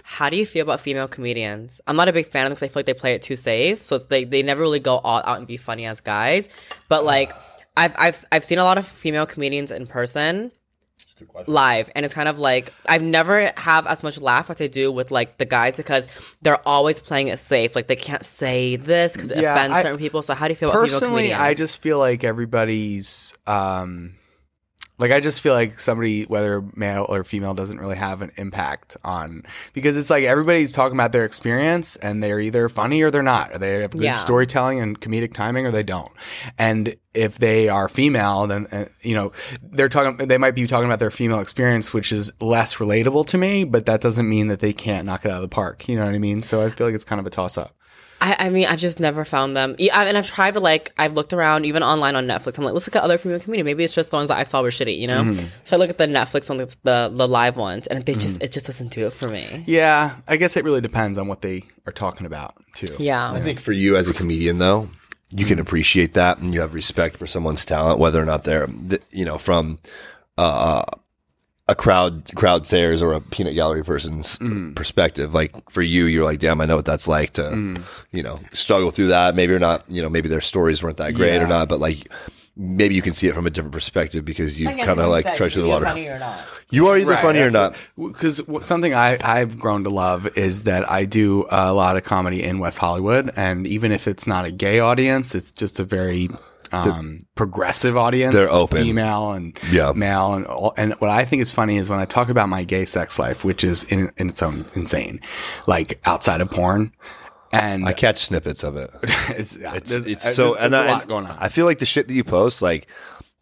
Speaker 1: How do you feel about female comedians? I'm not a big fan of them because I feel like they play it too safe. So it's they, they never really go all out and be funny as guys. But like, I've, I've, I've seen a lot of female comedians in person live and it's kind of like i've never have as much laugh as i do with like the guys because they're always playing it safe like they can't say this because it
Speaker 2: Yeah,
Speaker 1: offends
Speaker 2: I-
Speaker 1: certain people so how do you feel about female
Speaker 2: Personally, I
Speaker 1: comedians?
Speaker 2: just feel like everybody's um like I just feel like somebody whether male or female doesn't really have an impact on because it's like everybody's talking about their experience and they're either funny or they're not. Or they have good
Speaker 1: Yeah.
Speaker 2: storytelling and comedic timing or they don't. And if they are female then uh, you know they're talking they might be talking about their female experience which is less relatable to me, but that doesn't mean that they can't knock it out of the park, you know what I mean? So I feel like it's kind of a toss up.
Speaker 1: I, I mean, I've just never found them. Yeah, I- and I've tried to like, I've looked around even online on Netflix. I'm like, let's look at other female community. Maybe it's just the ones that I saw were shitty, you know?
Speaker 2: Mm-hmm.
Speaker 1: So I look at the Netflix on the, the, the live ones, and they just it just doesn't do it for me.
Speaker 2: Yeah, I guess it really depends on what they are talking about too.
Speaker 1: Yeah.
Speaker 3: I think for you as a comedian, though, you can appreciate that and you have respect for someone's talent, whether or not they're, th- you know, from uh, a crowd crowd sayers or a peanut gallery person's perspective. Like for you, you're like, damn, I know what that's like to,
Speaker 2: Mm.
Speaker 3: you know, struggle through that. Maybe you're not, you know, maybe their stories weren't that great
Speaker 2: Yeah.
Speaker 3: or not, but like. Maybe you can see it from a different perspective because you've kind of like treasured the water. You are either funny or not.
Speaker 2: Because something I, I've grown to love is that I do a lot of comedy in West Hollywood, and even if it's not a gay audience, it's just a very um, progressive audience.
Speaker 3: They're open.
Speaker 2: female and
Speaker 3: Yeah.
Speaker 2: male, and all, and what I think is funny is when I talk about my gay sex life, which is in, in its own insane, like outside of porn, and
Speaker 3: I catch snippets of it.
Speaker 2: it's, yeah,
Speaker 3: It's
Speaker 2: there's-
Speaker 3: it's
Speaker 2: there's-
Speaker 3: so
Speaker 2: there's
Speaker 3: and
Speaker 2: a
Speaker 3: I,
Speaker 2: lot going on.
Speaker 3: I feel like the shit that you post, like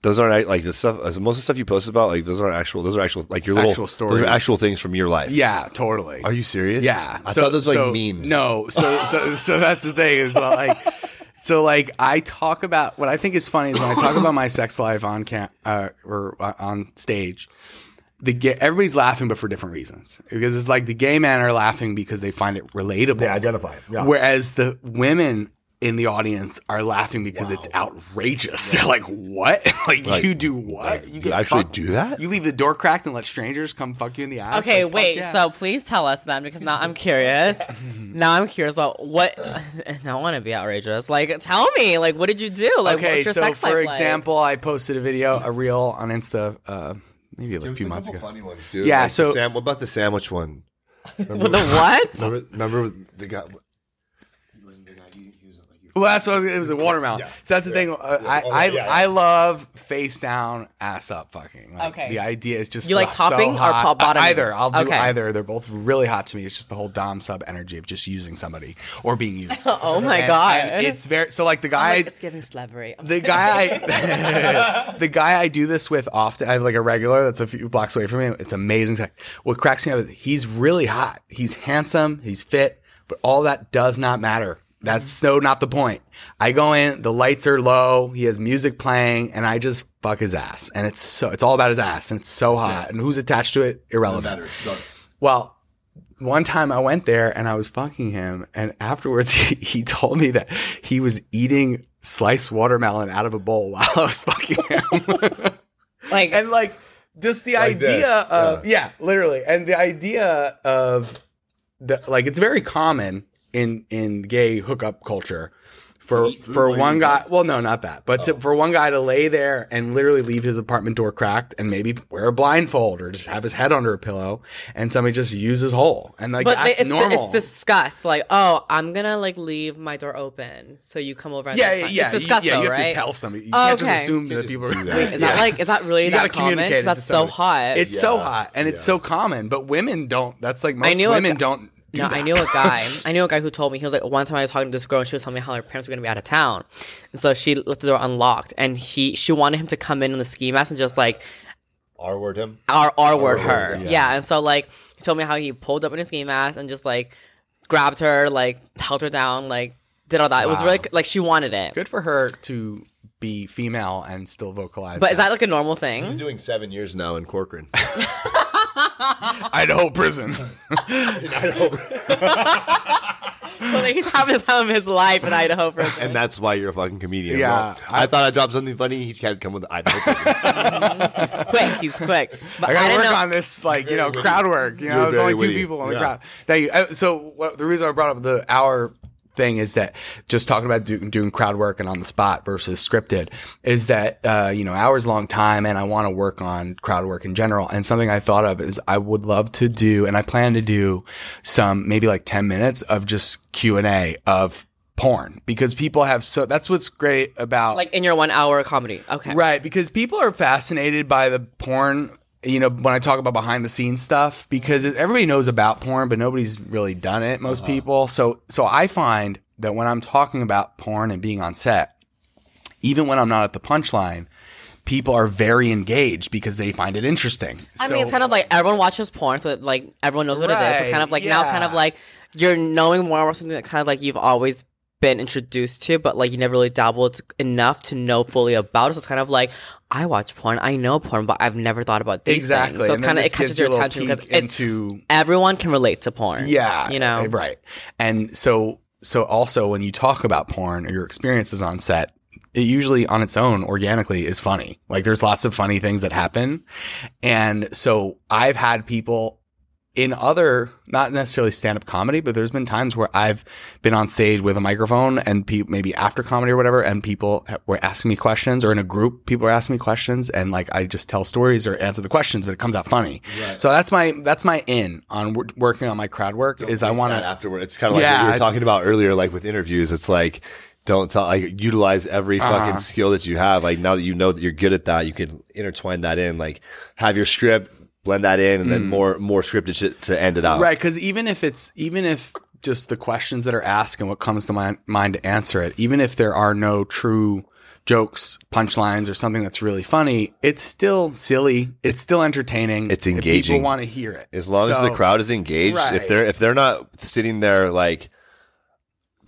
Speaker 3: those aren't like the stuff. uh, Most of the stuff you post about, like those aren't actual. Those are actual like your little
Speaker 2: Actual
Speaker 3: Those
Speaker 2: stories.
Speaker 3: are actual things from your life.
Speaker 2: yeah, totally.
Speaker 3: Are you serious?
Speaker 2: Yeah,
Speaker 3: I thought those were like memes.
Speaker 2: No, so so so that's the thing is like, so like I talk about what I think is funny is when I talk about my sex life on cam uh, or uh, on stage. The gay, everybody's laughing, but for different reasons. Because it's like the gay men are laughing because they find it relatable.
Speaker 4: They identify. Yeah.
Speaker 2: Whereas the women in the audience are laughing because it's outrageous. They're like, "What? like
Speaker 3: Right.
Speaker 2: you do what? you
Speaker 3: You
Speaker 2: get
Speaker 3: actually
Speaker 2: fucked-
Speaker 3: do that?
Speaker 2: You leave the door cracked and let strangers come fuck you in the ass?
Speaker 1: Okay,
Speaker 2: Like, fuck
Speaker 1: wait.
Speaker 2: yeah.
Speaker 1: So please tell us then, because now I'm curious. now I'm curious about what. I don't want to be outrageous. Like, tell me. Like, what did you do? Like,
Speaker 2: okay,
Speaker 1: what's your
Speaker 2: so
Speaker 1: sex life
Speaker 2: for
Speaker 1: like?
Speaker 2: example, I posted a video, a reel on Insta, uh, maybe like a few months ago.
Speaker 3: funny ones, dude.
Speaker 2: Yeah,
Speaker 3: Like the
Speaker 2: so-
Speaker 3: Sam, what about the sandwich one? Remember,
Speaker 1: With the what?
Speaker 3: remember, remember the guy. he wasn't the guy, he- he was like your-
Speaker 2: Well, that's what I was, it was a watermelon. So that's the thing. Uh, I
Speaker 4: Oh,
Speaker 2: I,
Speaker 4: yeah, yeah.
Speaker 2: I love face down, ass up, fucking. Like,
Speaker 1: Okay.
Speaker 2: The idea is just
Speaker 1: You like
Speaker 2: so- so
Speaker 1: topping or
Speaker 2: hot.
Speaker 1: pop bottoming?
Speaker 2: Either I'll do
Speaker 1: Okay.
Speaker 2: either. They're both really hot to me. It's just the whole dom sub energy of just using somebody or being used.
Speaker 1: Oh my
Speaker 2: And-
Speaker 1: god!
Speaker 2: and it's very so like the guy.
Speaker 1: Like, it's giving slavery.
Speaker 2: the guy I the guy I do this with often I have like a regular that's a few blocks away from me. It's amazing. tech. What cracks me up is he's really hot. He's handsome. He's fit. But all that does not matter. That's so not the point. I go in, the lights are low, he has music playing, and I just fuck his ass. And it's so it's all about his ass and it's so hot. And who's attached to it? Irrelevant. Well, one time I went there and I was fucking him, and afterwards he, he told me that he was eating sliced watermelon out of a bowl while I was fucking him.
Speaker 1: like,
Speaker 2: and like just the
Speaker 3: Like
Speaker 2: idea
Speaker 3: this,
Speaker 2: of yeah. literally. And the idea of the like it's very common in in gay hookup culture for for one guy well no not that but
Speaker 1: Oh.
Speaker 2: to, for one guy to lay there and literally leave his apartment door cracked and maybe wear a blindfold or just have his head under a pillow and somebody just use his hole and like
Speaker 1: but they-
Speaker 2: that's
Speaker 1: it's,
Speaker 2: normal
Speaker 1: it's disgust. Like, oh, I'm gonna like leave my door open so you come over. And
Speaker 2: yeah
Speaker 1: that's
Speaker 2: yeah
Speaker 1: fine.
Speaker 2: yeah
Speaker 1: It's disgust,
Speaker 2: you, yeah,
Speaker 1: though,
Speaker 2: you have
Speaker 1: right?
Speaker 2: to tell somebody you
Speaker 1: Oh,
Speaker 2: can't
Speaker 1: okay.
Speaker 2: just assume
Speaker 3: You
Speaker 2: that
Speaker 3: just
Speaker 2: people
Speaker 3: do
Speaker 2: are
Speaker 3: that. Wait,
Speaker 1: Is
Speaker 2: Yeah.
Speaker 1: that like? Is that really
Speaker 2: You gotta
Speaker 1: that common? 'Cause
Speaker 2: communicate it
Speaker 1: That's
Speaker 2: to
Speaker 1: so
Speaker 2: somebody.
Speaker 1: hot.
Speaker 2: It's so hot and it's so common, but women don't. That's like most
Speaker 1: I knew a
Speaker 2: women
Speaker 1: gu-
Speaker 2: don't. Do
Speaker 1: No,
Speaker 2: that.
Speaker 1: I knew a guy. I knew a guy who told me he was like one time I was talking to this girl and she was telling me how her parents were gonna be out of town, and so she left the door unlocked and he she wanted him to come in on the ski mask and just like
Speaker 4: R word him.
Speaker 1: R R word her,
Speaker 2: Oh, yeah.
Speaker 1: yeah. And so like he told me how he pulled up in his ski mask and just like grabbed her, like held her down, like did all that. It was
Speaker 2: Wow.
Speaker 1: really like she wanted it.
Speaker 2: Good for her to be female and still vocalize.
Speaker 1: But is that like a normal thing?
Speaker 3: He's doing seven years now in Corcoran.
Speaker 2: Idaho prison?
Speaker 1: Well, like, he's having his time of his life in Idaho for
Speaker 3: and that's why you're a fucking comedian.
Speaker 2: Yeah,
Speaker 3: Well, I, thought I dropped something funny. He had come with I don't
Speaker 1: quick. He's quick. But
Speaker 2: I
Speaker 1: I,
Speaker 2: gotta
Speaker 1: didn't
Speaker 2: work
Speaker 1: know.
Speaker 2: on this, like you know,
Speaker 3: witty.
Speaker 2: crowd work. You know,
Speaker 3: You're
Speaker 2: there's only
Speaker 3: very
Speaker 2: two
Speaker 3: witty.
Speaker 2: people in the
Speaker 3: Yeah.
Speaker 2: crowd. Thank you. Uh, So what, the reason I brought up the hour thing is that just talking about do, doing crowd work and on the spot versus scripted is that uh, you know hours long time, and I want to work on crowd work in general. And something I thought of is I would love to do, and I plan to do some maybe like ten minutes of just Q and A of porn because people have so that's what's great about
Speaker 1: Like in your one hour comedy. Okay.
Speaker 2: Right, because people are fascinated by the porn. You know, when I talk about behind the scenes stuff, because it- everybody knows about porn, but nobody's really done it. Most people. So, so I find that when I'm talking about porn and being on set, even when I'm not at the punchline, people are very engaged because they find it interesting.
Speaker 1: I mean, it's kind of like everyone watches porn, so like everyone knows what it is. So It's kind of like
Speaker 2: Right,
Speaker 1: now it's kind
Speaker 2: yeah.
Speaker 1: of like you're knowing more about something that's kind of like you've always been introduced to, but like you never really dabbled enough to know fully about it. So it's kind of like I watch porn, I know porn, but I've never thought about these
Speaker 2: exactly.
Speaker 1: Things. So it's
Speaker 2: And then
Speaker 1: kind of
Speaker 2: this
Speaker 1: it catches
Speaker 2: gives you
Speaker 1: your
Speaker 2: a little
Speaker 1: attention because
Speaker 2: peek
Speaker 1: it's,
Speaker 2: into
Speaker 1: everyone can relate to porn.
Speaker 2: Yeah.
Speaker 1: you know.
Speaker 2: Right. And so so also when you talk about porn or your experiences on set, it usually on its own organically is funny. Like there's lots of funny things that happen. And so I've had people in other not necessarily stand-up comedy but there's been times where i've been on stage with a microphone and pe- maybe after comedy or whatever and people ha- were asking me questions or in a group people are asking me questions and like i just tell stories or answer the questions but it comes out funny so that's my that's my in on w- working on my crowd work is i want to
Speaker 3: afterward. It's kind of like
Speaker 2: Yeah,
Speaker 3: what we were
Speaker 2: it's-
Speaker 3: talking about earlier, like with interviews. It's like don't tell like utilize every
Speaker 2: Uh-huh.
Speaker 3: fucking skill that you have like now that you know that you're good at that you can intertwine that in like have your script blend that in and then more more scripted shit to end it out
Speaker 2: Mm. Right, because even if it's even if just the questions that are asked and what comes to my mind to answer it, even if there are no true jokes, punchlines, or something that's really funny, it's still silly. It's still entertaining.
Speaker 3: It's
Speaker 2: and
Speaker 3: engaging.
Speaker 2: people want to hear it
Speaker 3: as long as the
Speaker 2: So-
Speaker 3: crowd is engaged
Speaker 2: Right.
Speaker 3: if they're if they're not sitting there like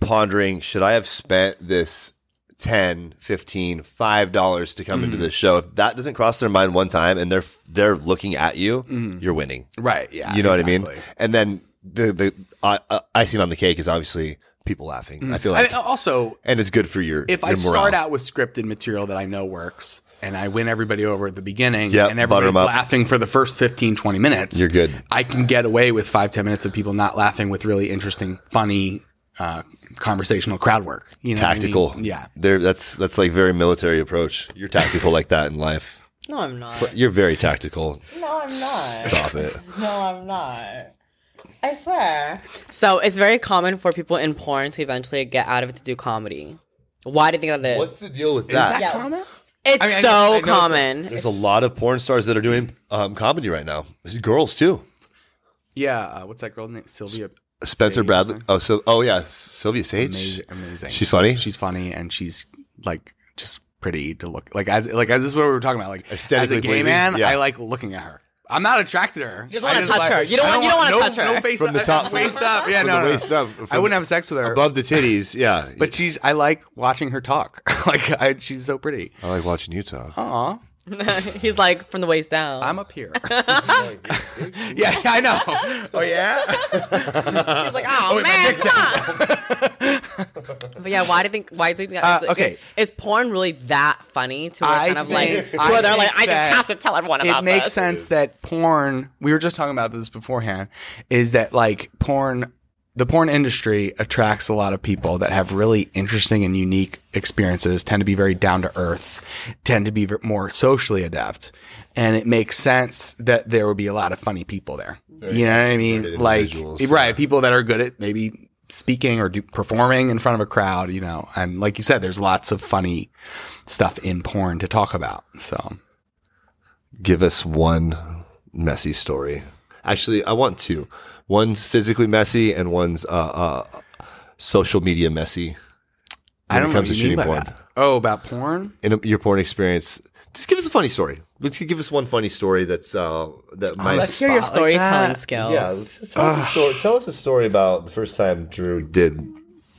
Speaker 3: pondering should i have spent this 10 15 5 dollars to come
Speaker 2: Mm.
Speaker 3: into this show if that doesn't cross their mind one time and they're they're looking at you
Speaker 2: Mm.
Speaker 3: you're winning
Speaker 2: Right. Yeah.
Speaker 3: you know what I
Speaker 2: exactly.
Speaker 3: mean? And then the the uh, uh, icing on the cake is obviously people laughing. I feel
Speaker 2: Mm. I
Speaker 3: like,
Speaker 2: mean, also,
Speaker 3: and it's good for your.
Speaker 2: if I
Speaker 3: your
Speaker 2: start
Speaker 3: morale.
Speaker 2: out with scripted material that I know works and I win everybody over at the beginning
Speaker 3: Yep,
Speaker 2: and
Speaker 3: butter 'em
Speaker 2: everybody's
Speaker 3: up.
Speaker 2: laughing for the first 15, 20 minutes,
Speaker 3: You're good.
Speaker 2: I can get away with five, 10 minutes of people not laughing with really interesting, funny, uh, conversational crowd work. You know what I mean?
Speaker 3: tactical,
Speaker 2: Yeah.
Speaker 3: there that's that's like very military approach. You're tactical like that in life.
Speaker 1: No, I'm not.
Speaker 3: But You're very tactical.
Speaker 1: No, I'm not.
Speaker 3: Stop it.
Speaker 1: No, I'm not. I swear. So it's very common for people in porn to eventually get out of it to do comedy. Why do you think that this?
Speaker 3: What's the deal with
Speaker 2: Is
Speaker 3: that?
Speaker 2: that
Speaker 1: Yeah.
Speaker 2: common?
Speaker 1: it's
Speaker 2: I mean, I
Speaker 1: so
Speaker 2: know- I know it's a-
Speaker 1: common.
Speaker 3: There's a lot of porn stars that are doing um, comedy right now. Girls too.
Speaker 2: Yeah. Uh, what's that girl name? Sylvia.
Speaker 3: Spencer
Speaker 2: Sage,
Speaker 3: Bradley.
Speaker 2: something.
Speaker 3: Oh, so oh yeah, Sylvia Sage.
Speaker 2: Amazing. amazing.
Speaker 3: She's funny?
Speaker 2: She's funny and she's like just pretty to look like as like as this is what we were talking about like as a
Speaker 3: Aesthetically
Speaker 2: gay
Speaker 3: pleasing,
Speaker 2: man
Speaker 3: yeah.
Speaker 2: I like looking at her. I'm not attracted to her.
Speaker 1: You just
Speaker 2: I
Speaker 1: wanna touch her. You don't
Speaker 2: I
Speaker 1: want- you don't wanna touch her.
Speaker 2: No face
Speaker 3: From the
Speaker 2: up-
Speaker 3: top,
Speaker 2: no
Speaker 3: from-
Speaker 2: face up. Yeah,
Speaker 3: From
Speaker 2: no,
Speaker 3: the
Speaker 2: no, no.
Speaker 3: waist up,
Speaker 2: I
Speaker 3: from
Speaker 2: wouldn't have sex with her.
Speaker 3: above the titties. Yeah,
Speaker 2: but she's I like watching her talk. like I, she's so pretty.
Speaker 3: I like watching you talk.
Speaker 2: Aw,
Speaker 1: He's like from the waist down.
Speaker 2: I'm up here. yeah, I know. Oh yeah.
Speaker 1: He's like, oh, man, come on. but yeah, why do you think? Why do you think? That,
Speaker 2: Uh, okay.
Speaker 1: is porn really that funny? To where
Speaker 2: I
Speaker 1: it's kind of
Speaker 2: think-
Speaker 1: like, to
Speaker 2: I
Speaker 1: where they're
Speaker 2: think
Speaker 1: like, I
Speaker 2: that
Speaker 1: just have to tell everyone about
Speaker 2: it makes
Speaker 1: this.
Speaker 2: sense that porn we were just talking about this beforehand is that like porn the porn industry attracts a lot of people that have really interesting and unique experiences tend to be very down to earth tend to be v- more socially adept and it makes sense that there would be a lot of funny people there you know what i mean
Speaker 3: concentrated
Speaker 2: like
Speaker 3: individuals.
Speaker 2: right people that are good at maybe speaking or do, performing in front of a crowd you know and like you said there's lots of funny stuff in porn to talk about so
Speaker 3: give us one messy story. Actually, I want two. One's physically messy, and one's uh, uh, social media messy. When it comes
Speaker 2: what
Speaker 3: to
Speaker 2: you
Speaker 3: shooting
Speaker 2: mean by
Speaker 3: porn,
Speaker 2: that. Oh, about porn?
Speaker 3: in a, your porn experience, just give us a funny story. Let's give us one funny story that's uh, that might.
Speaker 1: Let's hear your
Speaker 2: Spot like
Speaker 1: storytelling
Speaker 2: that.
Speaker 1: skills.
Speaker 3: yeah, let's- let's tell, us a story, tell us a story about the first time Drew did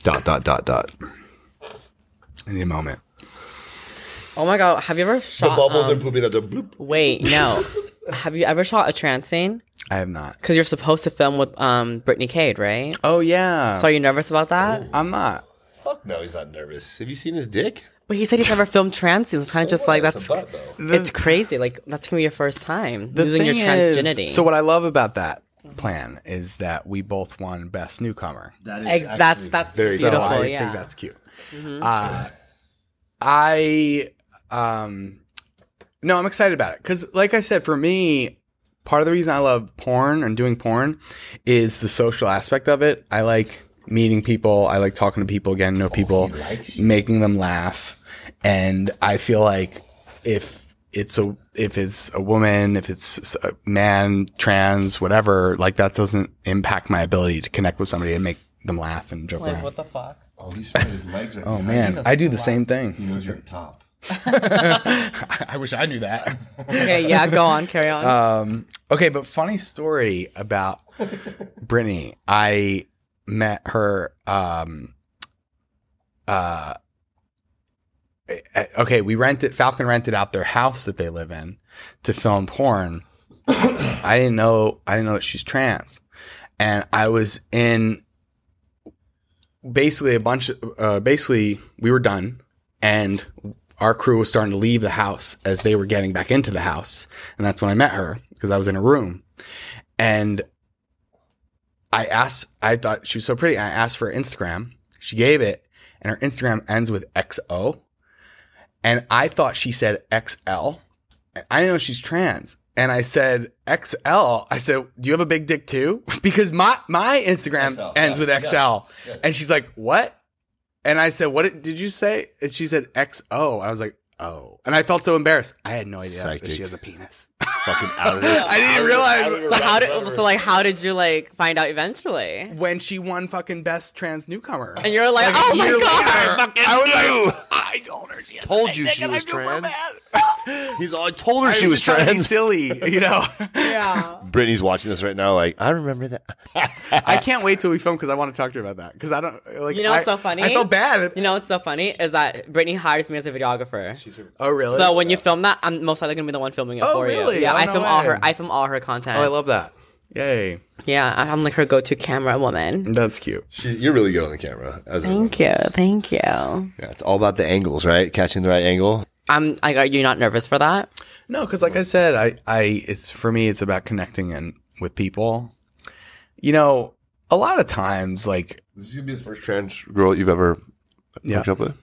Speaker 3: dot dot dot dot.
Speaker 2: I need a moment.
Speaker 1: Oh my god, have you ever shot? um,
Speaker 3: pooping out the bloop.
Speaker 1: Wait, no. have you ever shot a trance scene?
Speaker 2: I have not.
Speaker 1: Because you're supposed to film with um Brittany Cade, right?
Speaker 2: Oh yeah.
Speaker 1: So are you nervous about that?
Speaker 2: I'm not.
Speaker 3: Fuck no, he's not nervous. Have you seen his dick?
Speaker 1: But he said he's never filmed trans scenes. It's kind of just like that's
Speaker 3: a butt, though.
Speaker 1: it's crazy. Like that's gonna be your first time
Speaker 2: The
Speaker 1: using your
Speaker 2: thing is-
Speaker 1: transgenity.
Speaker 2: so what I love about that plan is that we both won best newcomer.
Speaker 3: That is
Speaker 1: Ex- that's that's
Speaker 3: very
Speaker 1: beautiful.
Speaker 2: so I
Speaker 1: yeah. Mm-hmm.
Speaker 2: think that's cute. Uh, I um no, I'm excited about it because, like I said, for me, part of the reason I love porn and doing porn is the social aspect of it. I like meeting people. I like talking to people, getting to know people, making them laugh, and I feel like if it's a if it's a woman, if it's a man, trans, whatever, like that doesn't impact my ability to connect with somebody and make them laugh and joke around.
Speaker 1: the fuck?
Speaker 4: Oh, he spread his legs.
Speaker 2: Oh man, I do the same thing.
Speaker 3: Mm-hmm.
Speaker 4: knows you're top.
Speaker 2: I wish I knew that.
Speaker 1: Okay, yeah, go on, carry on.
Speaker 2: Um, okay, but funny story about Brittany. I met her. Um, uh, eh, eh, okay, we rented Falcon rented out their house that they live in to film porn. I didn't know. I didn't know that she's trans, and I was in basically a bunch of uh, basically we were done and our crew was starting to leave the house as they were getting back into the house and that's when i met her because i was in a room and i asked i thought she was so pretty i asked for her instagram she gave it and her instagram ends with xo and i thought she said xl And i didn't know she's trans and i said xl i said do you have a big dick too because my my instagram
Speaker 4: XL,
Speaker 2: ends
Speaker 4: yeah,
Speaker 2: with xl
Speaker 4: yeah.
Speaker 2: and she's like, "What?" And I said, "What did- did you say?" And she said, "XO." I was like, "Oh," and I felt so embarrassed. I had no idea that
Speaker 3: Psychic.
Speaker 2: she has a penis.
Speaker 4: fucking out of it.
Speaker 2: I didn't realize
Speaker 1: So how did so like how did you like find out eventually?
Speaker 2: when she won fucking best trans newcomer.
Speaker 1: And you're like,
Speaker 2: a
Speaker 1: oh my
Speaker 2: year
Speaker 1: god!
Speaker 2: later, I was like, I told her she had
Speaker 3: Told
Speaker 2: a
Speaker 3: you
Speaker 2: dick
Speaker 3: she
Speaker 2: and I
Speaker 3: was
Speaker 2: feel so
Speaker 3: trans.
Speaker 2: bad.
Speaker 3: He's all, I told her
Speaker 2: I
Speaker 3: she
Speaker 2: was
Speaker 3: was
Speaker 2: just trying to be
Speaker 3: trans.
Speaker 2: silly, you know.
Speaker 1: Yeah.
Speaker 3: Brittany's watching this right now, like, I remember that.
Speaker 2: I can't wait till we film because I want to talk to her about that because I don't like.
Speaker 1: You know what's
Speaker 2: I-
Speaker 1: so funny?
Speaker 2: I felt bad.
Speaker 1: You know what's so funny is that Brittany hires me as a videographer.
Speaker 2: oh really?
Speaker 1: So when you film that, I'm most likely gonna be the one filming it
Speaker 2: Oh,
Speaker 1: for you.
Speaker 2: really?
Speaker 1: Yeah,
Speaker 2: Oh,
Speaker 1: I
Speaker 2: no
Speaker 1: film all
Speaker 2: way.
Speaker 1: her. I film all her content.
Speaker 2: oh, I love that. Yay,
Speaker 1: yeah, I- I'm like her go-to camera woman.
Speaker 2: that's cute.
Speaker 3: She, you're really good on the camera. As a woman.
Speaker 1: Thank you, thank you.
Speaker 3: yeah, it's all about the angles, right? Catching the right angle.
Speaker 1: I'm like, are you not nervous for that?
Speaker 2: No, because like I said, I, I, it's for me, it's about connecting and with people. You know, a lot of times, like
Speaker 3: This is going to be the first trans girl you've ever
Speaker 2: Yeah.
Speaker 3: hooked up with.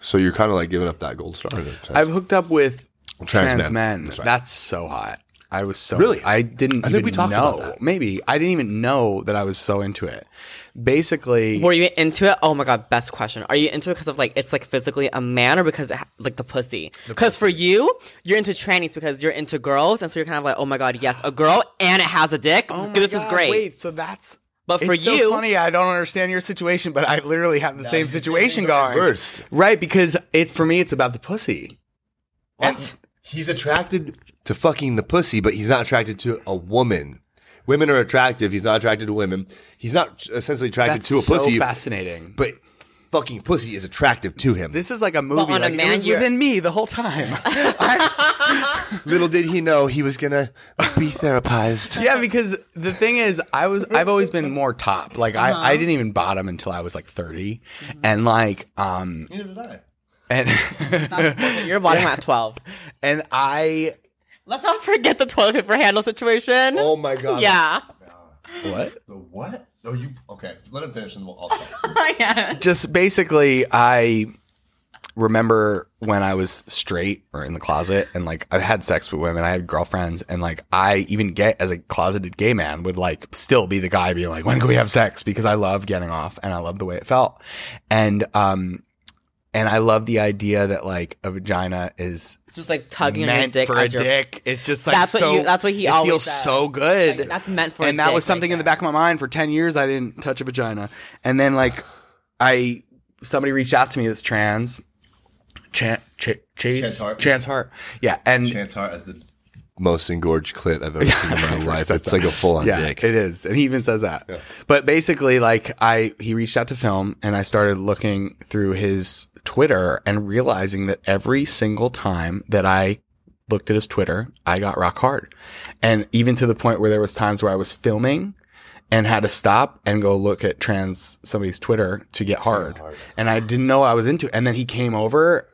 Speaker 3: So you're kind of like giving up that gold star.
Speaker 2: I've hooked up with trans,
Speaker 3: Trans
Speaker 2: men.
Speaker 3: men.
Speaker 2: That's,
Speaker 3: That's right.
Speaker 2: so hot. I was so
Speaker 3: Really?
Speaker 2: I didn't.
Speaker 3: I
Speaker 2: even
Speaker 3: think we talked
Speaker 2: know.
Speaker 3: about that.
Speaker 2: Maybe I didn't even know that I was so into it. Basically,
Speaker 1: Were you into it? Oh my god, best question. Are you into it because of like it's like physically a man or because it ha- like the pussy? Because for you, you're into trannies because you're into girls, and so you're kind of like, oh my god, yes, a girl and it has a dick.
Speaker 2: Oh my
Speaker 1: this is
Speaker 2: God,
Speaker 1: great.
Speaker 2: Wait, so that's.
Speaker 1: But for
Speaker 2: it's so
Speaker 1: you-
Speaker 2: funny. I don't understand your situation, but I literally have the same situation going.
Speaker 3: First,
Speaker 2: Right, because it's for me, it's about the pussy.
Speaker 1: What?
Speaker 3: he's attracted to fucking the pussy, but he's not attracted to a woman. Women are attractive. He's not attracted to women. He's not essentially attracted
Speaker 2: That's
Speaker 3: to a pussy,
Speaker 2: so fascinating.
Speaker 3: but fucking pussy is attractive to him.
Speaker 2: This is like a movie.
Speaker 1: on a
Speaker 2: like,
Speaker 1: man,
Speaker 2: it was
Speaker 1: you're-
Speaker 2: within me the whole time. I-
Speaker 3: Little did he know he was gonna be therapized.
Speaker 2: yeah, because the thing is, I was I've always been more top. Like
Speaker 1: Uh-huh.
Speaker 2: I, I didn't even bottom until I was like 30
Speaker 1: Mm-hmm.
Speaker 2: and like um and
Speaker 1: You're bottom at twelve.
Speaker 2: and I
Speaker 1: Let's not forget the toilet paper handle situation.
Speaker 3: Oh my god.
Speaker 1: yeah.
Speaker 2: what
Speaker 3: The what? Oh, you okay? Let him finish, and we'll.
Speaker 1: yeah.
Speaker 2: just basically I remember when I was straight or in the closet and like I've had sex with women, I had girlfriends, and like I even get as a closeted gay man would like still be the guy being like, when can we have sex? Because I love getting off and I love the way it felt. And um and I love the idea that like a vagina is
Speaker 1: Just like tugging on your
Speaker 2: meant
Speaker 1: dick
Speaker 2: for a
Speaker 1: as your-
Speaker 2: dick. It's just like
Speaker 1: That's what
Speaker 2: so.
Speaker 1: you- that's what he
Speaker 2: it
Speaker 1: always
Speaker 2: feels
Speaker 1: said.
Speaker 2: so good.
Speaker 1: Like, that's meant for a
Speaker 2: And that
Speaker 1: dick
Speaker 2: was something
Speaker 1: right
Speaker 2: in the
Speaker 1: there.
Speaker 2: back of my mind for ten years. I didn't touch a vagina, and then like I somebody reached out to me that's trans. Chan, Ch- Chase?
Speaker 4: Chance Hart.
Speaker 2: Chance Hart. Yeah, and
Speaker 4: Chance Hart as the
Speaker 3: Most engorged clit I've ever seen in my life. It's like a full on
Speaker 2: yeah,
Speaker 3: dick.
Speaker 2: it is, and he even says that. But basically, like I, he reached out to film, and I started looking through his Twitter and realizing that every single time that I looked at his Twitter, I got rock hard, and even to the point where there was times where I was filming. And had to stop and go look at trans somebody's Twitter to get hard, and I didn't know I was into. It. And then he came over,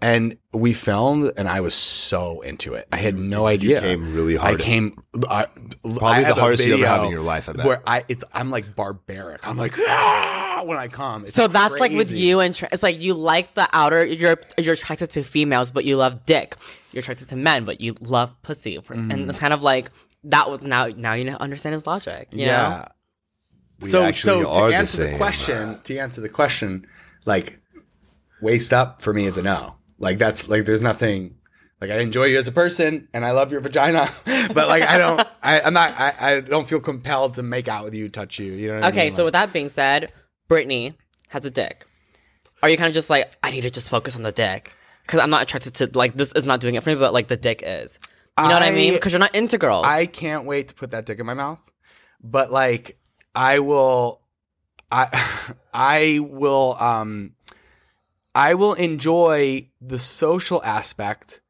Speaker 2: and we filmed, and I was so into it. I had no idea.
Speaker 3: came really hard
Speaker 2: I
Speaker 3: in.
Speaker 2: came. I,
Speaker 3: Probably the hardest you ever have in your life, I bet.
Speaker 2: Where I, it's, I'm like barbaric. I'm like "Ah!" when I come. It's
Speaker 1: So that's like with
Speaker 2: crazy.
Speaker 1: you and tra- it's like you like the outer. You're you're attracted to females, but you love dick. You're attracted to men, but you love pussy. For-
Speaker 2: Mm.
Speaker 1: And it's kind of like that. Was now now you know- understand his logic. You know?
Speaker 2: Yeah.
Speaker 3: We
Speaker 2: so
Speaker 3: actually
Speaker 2: so
Speaker 3: are
Speaker 2: to
Speaker 3: the
Speaker 2: answer the,
Speaker 3: same.
Speaker 2: question, to answer the question, like waist up for me is a no. Like that's like there's nothing. Like I enjoy you as a person and I love your vagina, but like I don't, I, I'm not, I, I don't feel compelled to make out with you, touch you. You know. What I
Speaker 1: Okay.
Speaker 2: mean?
Speaker 1: So
Speaker 2: Like-
Speaker 1: with that being said, Brittany has a dick. Are you kind of just like I need to just focus on the dick because I'm not attracted to like this is not doing it for me, but like the dick is. You know what I mean?
Speaker 2: I-
Speaker 1: Because you're not into girls.
Speaker 2: I can't wait to put that dick in my mouth. But like I will I I will um I will enjoy the social aspect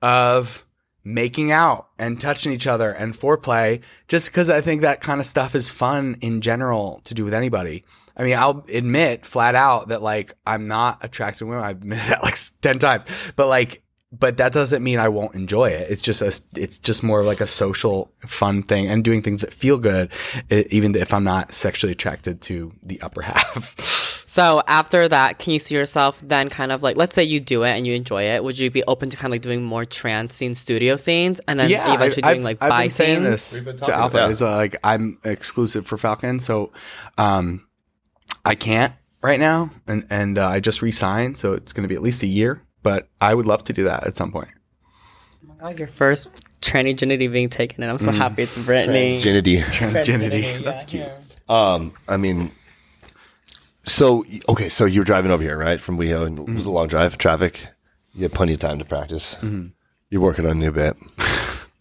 Speaker 2: of making out and touching each other and foreplay just because I think that kind of stuff is fun in general to do with anybody. I mean, I'll admit flat out that like I'm not attracted to women. I've admitted that like 10 times. But like but that doesn't mean I won't enjoy it. It's just a it's just more like a social fun thing and doing things that feel good e- even if I'm not sexually attracted to the upper half.
Speaker 1: So after that, can you see yourself then kind of like, let's say you do it and you enjoy it, would you be open to kind of like doing more trans scene, studio scenes, and then
Speaker 2: yeah,
Speaker 1: eventually
Speaker 2: I,
Speaker 1: doing like bi scenes?
Speaker 2: this to Alpha.
Speaker 3: about
Speaker 2: Is uh, like I'm exclusive for Falcon, so um, I can't right now, and and uh, I just re-signed, so it's going to be at least a year. But I would love to do that at some point.
Speaker 1: Oh my god, your first tranny Trinity being taken, and I'm so
Speaker 2: Mm.
Speaker 1: happy it's Brittany.
Speaker 3: Janity.
Speaker 2: Transgenity. That's cute.
Speaker 3: Um, I mean, so okay, so you were driving over here, right, from WeHo, and it was a long drive, traffic. You had plenty of time to practice. You're working on a new bit.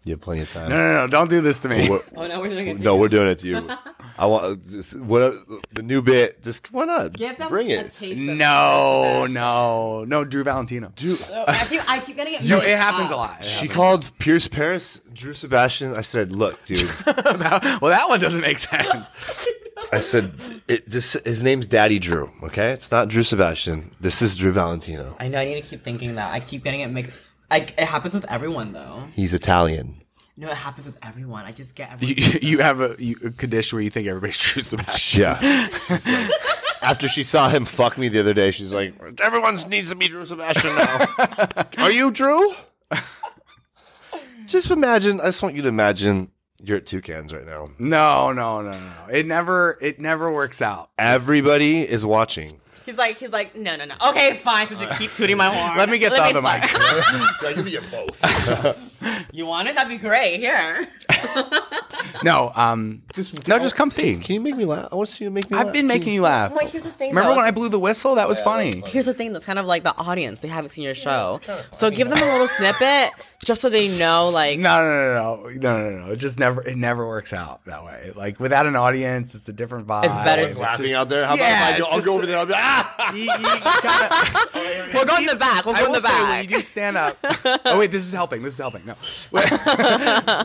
Speaker 3: You have plenty of time.
Speaker 2: No, no, no! Don't do this to me.
Speaker 3: What-
Speaker 1: Oh no, we're doing it.
Speaker 3: no, we're doing it to you. I want this, what the new bit. Just why not? Bring it.
Speaker 1: taste
Speaker 2: No, no, no, Drew Valentino.
Speaker 1: I keep, I keep getting it.
Speaker 2: No, it happens a lot. It
Speaker 3: She
Speaker 2: happens.
Speaker 3: called Pierce Paris, Drew Sebastian. I said, look, dude.
Speaker 2: well, that one doesn't make sense.
Speaker 3: I said, it just his name's Daddy Drew. Okay, it's not Drew Sebastian. This is Drew Valentino.
Speaker 1: I know. I need to keep thinking that. I keep getting it mixed. I, it happens with everyone though.
Speaker 3: He's Italian.
Speaker 1: No, it happens with everyone. I just get
Speaker 2: You,
Speaker 1: everyone.
Speaker 2: you have a, you, a condition where you think everybody's Drew Sebastian.
Speaker 3: Yeah. After she saw him fuck me the other day, she's like, everyone needs to be Drew Sebastian now. Are you Drew? just imagine, I just want you to imagine you're at Toucans right now.
Speaker 2: No, no, no, no. It never, it never works out.
Speaker 3: Everybody is watching.
Speaker 1: He's like, he's like, no, no, no. Okay, fine. Since you keep tooting my horn,
Speaker 2: Let me get the other mic.
Speaker 1: start.
Speaker 3: give me both.
Speaker 1: You want it? That'd be great. Here.
Speaker 2: No, um, just no, just come see.
Speaker 3: Can you make me laugh? I want to see you make me
Speaker 2: I've
Speaker 3: laugh.
Speaker 2: been making you laugh.
Speaker 1: Wait, here's the thing.
Speaker 2: Remember
Speaker 1: though.
Speaker 2: when I blew the whistle? That was funny.
Speaker 1: Here's the thing that's kind of like the audience. They haven't seen your show. so give them a little snippet just so they know, like,
Speaker 2: No, no, no, no, no, no, no. It just never, it never works out that way. Like without an audience, it's a different vibe.
Speaker 1: It's better.
Speaker 2: It's
Speaker 3: laughing
Speaker 2: just-
Speaker 3: out there. How
Speaker 2: Yeah,
Speaker 3: about if I go,
Speaker 2: it's
Speaker 3: I'll
Speaker 2: just-
Speaker 3: go over there. I'll be, ah!
Speaker 2: You- you kinda-
Speaker 1: we'll go in the back. We'll
Speaker 2: I
Speaker 1: go in
Speaker 2: will
Speaker 1: the
Speaker 2: say when
Speaker 1: back.
Speaker 2: you do stand up. Oh wait, this is helping. This is helping. No, When-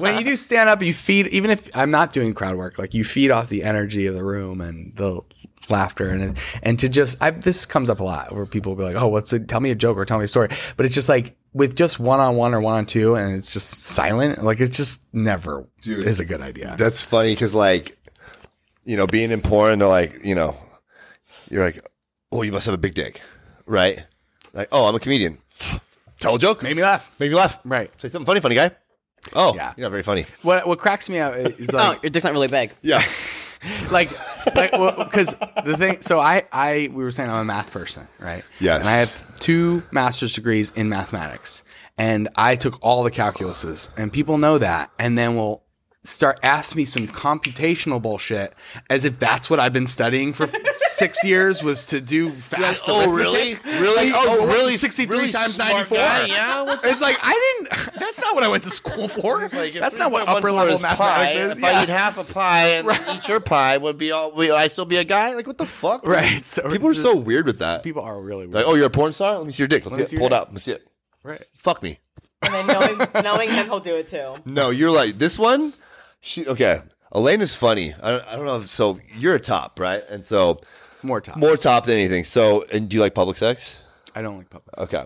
Speaker 2: when you do stand up, you feed. Even if I'm not doing crowd work, like you feed off the energy of the room and the laughter and and to just. I've, this comes up a lot where people will be like, "Oh, what's it? Tell me a joke or tell me a story." But it's just like with just one on one or one on two, and it's just silent. Like it's just never
Speaker 3: Dude.
Speaker 2: is a good idea.
Speaker 3: That's funny because, like, you know, being in porn, they're like, you know, you're like, oh, you must have a big dick, right? Like, oh, I'm a comedian. Tell a joke.
Speaker 2: Made me laugh.
Speaker 3: Make me laugh.
Speaker 2: Right.
Speaker 3: Say something funny, funny guy. Oh,
Speaker 2: Yeah.
Speaker 3: you're not very funny.
Speaker 2: What what cracks me up is like
Speaker 1: oh, your dick's not really big.
Speaker 3: Yeah.
Speaker 2: like like because the thing so i i we were saying i'm a math person right
Speaker 3: Yes.
Speaker 2: and i have two master's degrees in mathematics and i took all the calculuses and people know that and then will start asking me some computational bullshit as if that's what i've been studying for six years was to do fast arithmetic.
Speaker 3: Oh, Really?
Speaker 2: Like, oh, really? 63 times 94?
Speaker 3: yeah. What's
Speaker 2: it's like i didn't that's not what i went to school for that's not what upper level mathematics is Yeah.
Speaker 3: half a pie and eat your pie, would be all? Would I still be a guy? Like what the fuck?
Speaker 2: right so
Speaker 3: People are
Speaker 2: it's
Speaker 3: so
Speaker 2: just-
Speaker 3: weird with that.
Speaker 2: people are really weird.
Speaker 3: like, oh, you're a porn star? Let me see your dick. Let's
Speaker 2: Let me
Speaker 3: see
Speaker 2: see
Speaker 3: it.
Speaker 2: your
Speaker 3: Pull it
Speaker 2: dick.
Speaker 3: up. Let's see it.
Speaker 2: right
Speaker 3: Fuck me.
Speaker 1: And then knowing, knowing him, he'll do it too.
Speaker 3: No, you're like this one. She okay. Elena's funny. I don't, I don't know. If, so you're a top, right? And so
Speaker 2: more time
Speaker 3: more top than anything. So and do you like public sex?
Speaker 2: i don't like public
Speaker 3: Okay.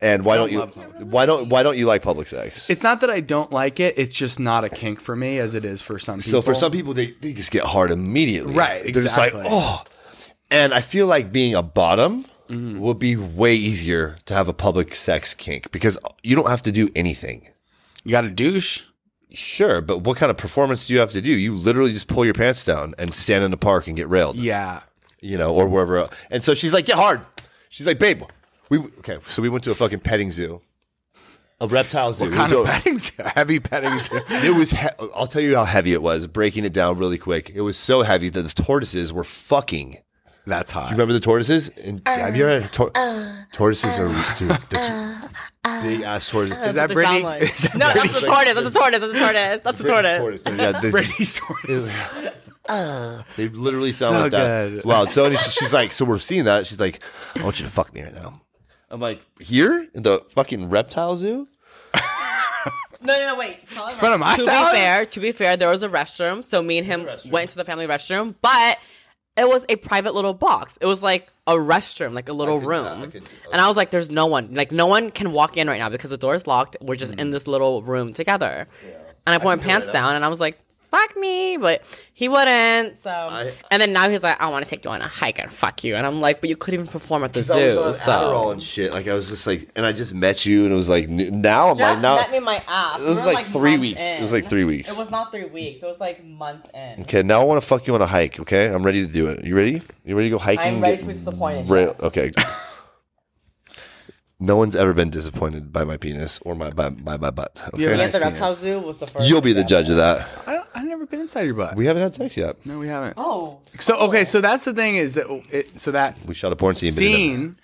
Speaker 3: And why don't,
Speaker 2: don't
Speaker 3: you?
Speaker 2: love public
Speaker 3: Why don't why don't you like public sex?
Speaker 2: It's not that I don't like it. It's just not a kink for me, as it is for some people.
Speaker 3: so for some people, they they just get hard immediately.
Speaker 2: Right,
Speaker 3: They're just like
Speaker 2: exactly.
Speaker 3: oh. And I feel like being a bottom
Speaker 2: Mm-hmm.
Speaker 3: would be way easier to have a public sex kink because you don't have to do anything.
Speaker 2: you got a douche.
Speaker 3: Sure, but what kind of performance do you have to do? You literally just pull your pants down and stand in the park and get railed.
Speaker 2: Yeah,
Speaker 3: you know, or wherever. Else. And so she's like, get hard. She's like, babe, we okay. So we went to a fucking petting zoo, a reptile zoo. We
Speaker 2: kind
Speaker 3: went
Speaker 2: of
Speaker 3: to a-
Speaker 2: petting zoo, heavy petting zoo.
Speaker 3: it was. He- I'll tell you how heavy it was. Breaking it down really quick, it was so heavy that the tortoises were fucking.
Speaker 2: That's hot.
Speaker 3: Remember the tortoises? And
Speaker 1: Uh,
Speaker 3: have you ever had a tor- tortoises are dude, this
Speaker 1: uh,
Speaker 3: big ass tortoise.
Speaker 2: Is that
Speaker 1: The
Speaker 2: Brittany?
Speaker 1: sound
Speaker 2: Is that
Speaker 1: No,
Speaker 2: Brittany?
Speaker 1: that's a tortoise. That's a tortoise. That's a tortoise. That's a tortoise.
Speaker 3: Yeah, the-
Speaker 2: Brittany's tortoise.
Speaker 1: Uh.
Speaker 3: They literally sound
Speaker 2: So
Speaker 3: like that.
Speaker 2: good.
Speaker 3: Wow. So and she- she's like, so we're seeing that. She's like, I want you to fuck me right now. I'm like, here in the fucking reptile zoo.
Speaker 1: No, no, no, wait. However,
Speaker 2: front of my
Speaker 1: to
Speaker 2: salad?
Speaker 1: be fair, to be fair, there was a restroom, so me and him went to the family restroom, but it was a private little box. It was like a restroom, like a little room. and I was like, "There's no one. Like no one can walk in right
Speaker 3: Mm.
Speaker 1: now because the door is locked. We're just in this little room together." And I put my pants down, and I was like, fuck me, but he wouldn't. So,
Speaker 3: I-
Speaker 1: and then now he's like, I want to take you on a hike and fuck you, and I'm like, but you couldn't even perform at the
Speaker 3: 'Cause
Speaker 1: zoo.
Speaker 3: I was on
Speaker 1: so
Speaker 3: Adderall and shit. Like I was just like, and I just met you, and it was like n- now I'm
Speaker 1: just
Speaker 3: like now
Speaker 1: met me in my ass.
Speaker 3: it was like, three weeks. It was like three weeks.
Speaker 1: It was not three weeks. It was like months in.
Speaker 3: Okay, now I want to fuck you on a hike. Okay, I'm ready to do it. You ready? You ready to go hiking?
Speaker 1: I'm ready
Speaker 3: Get
Speaker 1: to be disappointed,
Speaker 3: ra-
Speaker 1: yes.
Speaker 3: Okay. no one's ever been disappointed by my penis or my by, by my butt.
Speaker 2: Yeah,
Speaker 1: Me
Speaker 3: Okay,
Speaker 1: at the
Speaker 2: Nice
Speaker 1: reptile
Speaker 2: penis.
Speaker 1: zoo was the first.
Speaker 3: you'll be
Speaker 1: thing
Speaker 3: the
Speaker 1: that-
Speaker 3: judge of that.
Speaker 2: I don't, I've never been inside your butt.
Speaker 3: We haven't had sex yet.
Speaker 2: no, we haven't.
Speaker 1: Oh,
Speaker 2: So okay, so that's the thing is that it, so that
Speaker 3: We shot a porn scene. but it didn't-
Speaker 2: scene,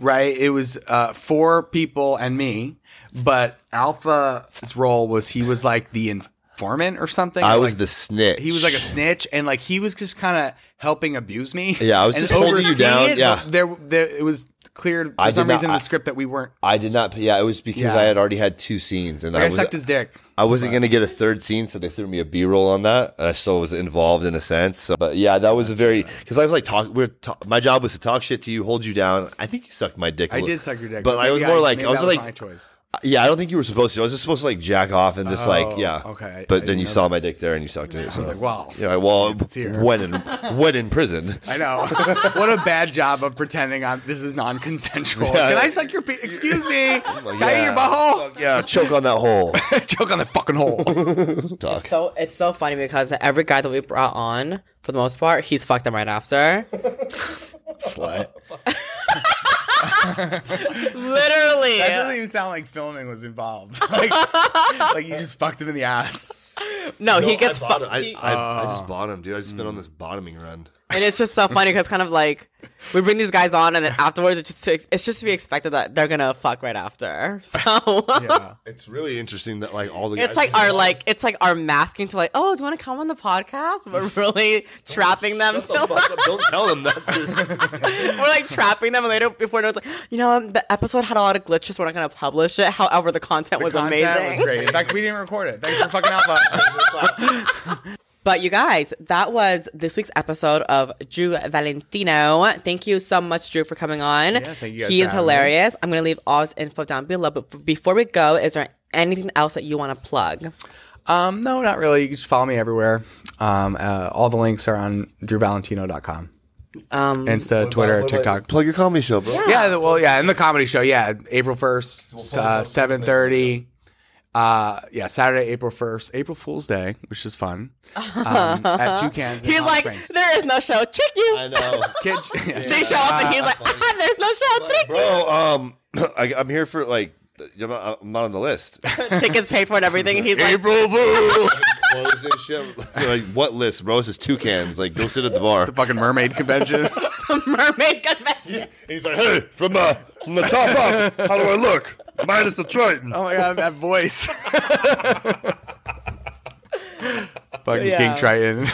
Speaker 2: right? It was uh, four people and me, but Alpha's role was he was like the informant or something.
Speaker 3: I
Speaker 2: or,
Speaker 3: was
Speaker 2: like,
Speaker 3: the snitch.
Speaker 2: he was like a snitch, and like he was just kind of helping abuse me.
Speaker 3: Yeah, I was
Speaker 2: and
Speaker 3: just holding you
Speaker 2: overseeing
Speaker 3: down,
Speaker 2: It,
Speaker 3: yeah.
Speaker 2: but there, there it was clear for
Speaker 3: I did
Speaker 2: some
Speaker 3: not-
Speaker 2: reason in
Speaker 3: I-
Speaker 2: the script that we weren't.
Speaker 3: I did not. Yeah, it was because
Speaker 2: Yeah.
Speaker 3: I had already had two scenes, and
Speaker 2: Like,
Speaker 3: I
Speaker 2: I
Speaker 3: was
Speaker 2: sucked his dick.
Speaker 3: I wasn't going to get a third scene, so they threw me a B roll on that. and I still was involved in a sense, so, but yeah, that was a very because I was like talk. We're ta- my job was to talk shit to you, hold you down. I think you sucked my dick. I
Speaker 2: I did suck your dick,
Speaker 3: but I was
Speaker 2: maybe
Speaker 3: more like-
Speaker 2: maybe
Speaker 3: I was
Speaker 2: that
Speaker 3: like-
Speaker 2: my choice.
Speaker 3: Yeah, I don't think you were supposed to. I was just supposed to like jack off and just like
Speaker 2: Oh,
Speaker 3: yeah.
Speaker 2: okay, I-
Speaker 3: But
Speaker 2: I
Speaker 3: then
Speaker 2: didn't
Speaker 3: you
Speaker 2: know
Speaker 3: saw my dick there and you sucked it. So
Speaker 2: Like, wow,
Speaker 3: yeah, well,
Speaker 2: It's here.
Speaker 3: when in when in prison.
Speaker 2: I know. what a bad job of pretending I'm, this is non-consensual.
Speaker 3: Yeah.
Speaker 2: Can I suck your? Pe- excuse me. Can I eat your
Speaker 3: yeah.
Speaker 2: butthole?
Speaker 3: Yeah, choke on that hole.
Speaker 2: Choke on the fucking hole.
Speaker 3: Talk.
Speaker 1: So it's so funny because every guy that we brought on, for the most part, he's fucked them right after.
Speaker 3: Slut.
Speaker 1: Literally.
Speaker 2: That doesn't even sound like filming was involved. Like, like you just fucked him in the ass.
Speaker 1: no, he
Speaker 3: No,
Speaker 1: gets
Speaker 3: I, bottom-
Speaker 1: fucked.
Speaker 3: I,
Speaker 1: he-
Speaker 2: Oh.
Speaker 3: I, I just bottomed, dude. I just been
Speaker 2: Hmm.
Speaker 3: on this bottoming run.
Speaker 1: and it's just so funny because kind of like we bring these guys on, and then afterwards, it's just to, it's just to be expected that they're gonna fuck right after. So.
Speaker 2: Yeah.
Speaker 3: It's really interesting that like all the
Speaker 1: It's like our like it's like our masking to like oh do you want to come on the podcast but really trapping them to
Speaker 3: don't tell them that.
Speaker 1: we're like trapping them and later before it's like you know um, the episode had a lot of glitches we're not gonna publish it however the content was
Speaker 2: Content
Speaker 1: amazing
Speaker 2: was great. In fact, we didn't record it. Thanks for fucking alpha.
Speaker 1: But you guys, that was this week's episode of Drew Valentino. Thank you so much, Drew, for coming on.
Speaker 2: Yeah, thank you guys
Speaker 1: he
Speaker 2: for
Speaker 1: is
Speaker 2: having me.
Speaker 1: hilarious. I'm gonna leave all his info down below. But f- before we go, is there anything else that you want to plug?
Speaker 2: um, no, not really. You can just follow me everywhere. Um, uh, all the links are on drewvalentino.com.
Speaker 1: Um,
Speaker 2: Insta, Twitter, TikTok.
Speaker 3: Plug your comedy show, bro.
Speaker 2: Yeah, the- well, yeah, and the comedy show, yeah, April first, uh, seven thirty. Uh, yeah, Saturday, April first, April Fool's Day, which is fun. Um, at two cans. in
Speaker 1: he's
Speaker 2: Hot
Speaker 1: like,
Speaker 2: Springs.
Speaker 1: there is no show. Trick you.
Speaker 3: I know.
Speaker 2: Kid- yeah.
Speaker 1: they show up and he's like, ah, there's no show. Trick you.
Speaker 3: Bro, um, I, I'm here for like, I'm not, I'm not on the list.
Speaker 1: Tickets paid for and everything. And he's like,
Speaker 2: April Fool.
Speaker 3: Closed and shit. like, what list, bro? This is two cans. Like, go sit at the bar.
Speaker 2: the fucking mermaid convention.
Speaker 1: mermaid convention.
Speaker 3: he's like, hey, from the, from the top up, how do I look? Minus the Triton.
Speaker 2: Oh my god, that voice. fucking
Speaker 1: Yeah.
Speaker 2: King Triton.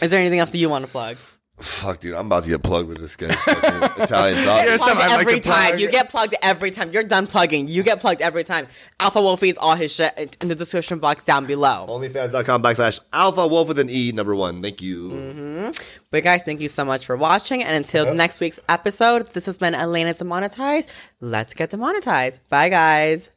Speaker 1: Is there anything else that you want to plug?
Speaker 3: Fuck, dude, I'm about to get plugged with this guy. Fucking Italian sausage.
Speaker 2: Yes.
Speaker 1: plugged
Speaker 2: Something I'd like
Speaker 1: every
Speaker 2: to
Speaker 1: time.
Speaker 2: plug.
Speaker 1: You get plugged every time. You're done plugging. You get plugged every time. Alpha Wolfie's all his shit in the description box down below.
Speaker 3: OnlyFans.com backslash alpha wolf with an E, number one. Thank you.
Speaker 1: But guys, thank you so much for watching. And until next week's episode, this has been Elena Demonetized. Let's get demonetized. Bye, guys.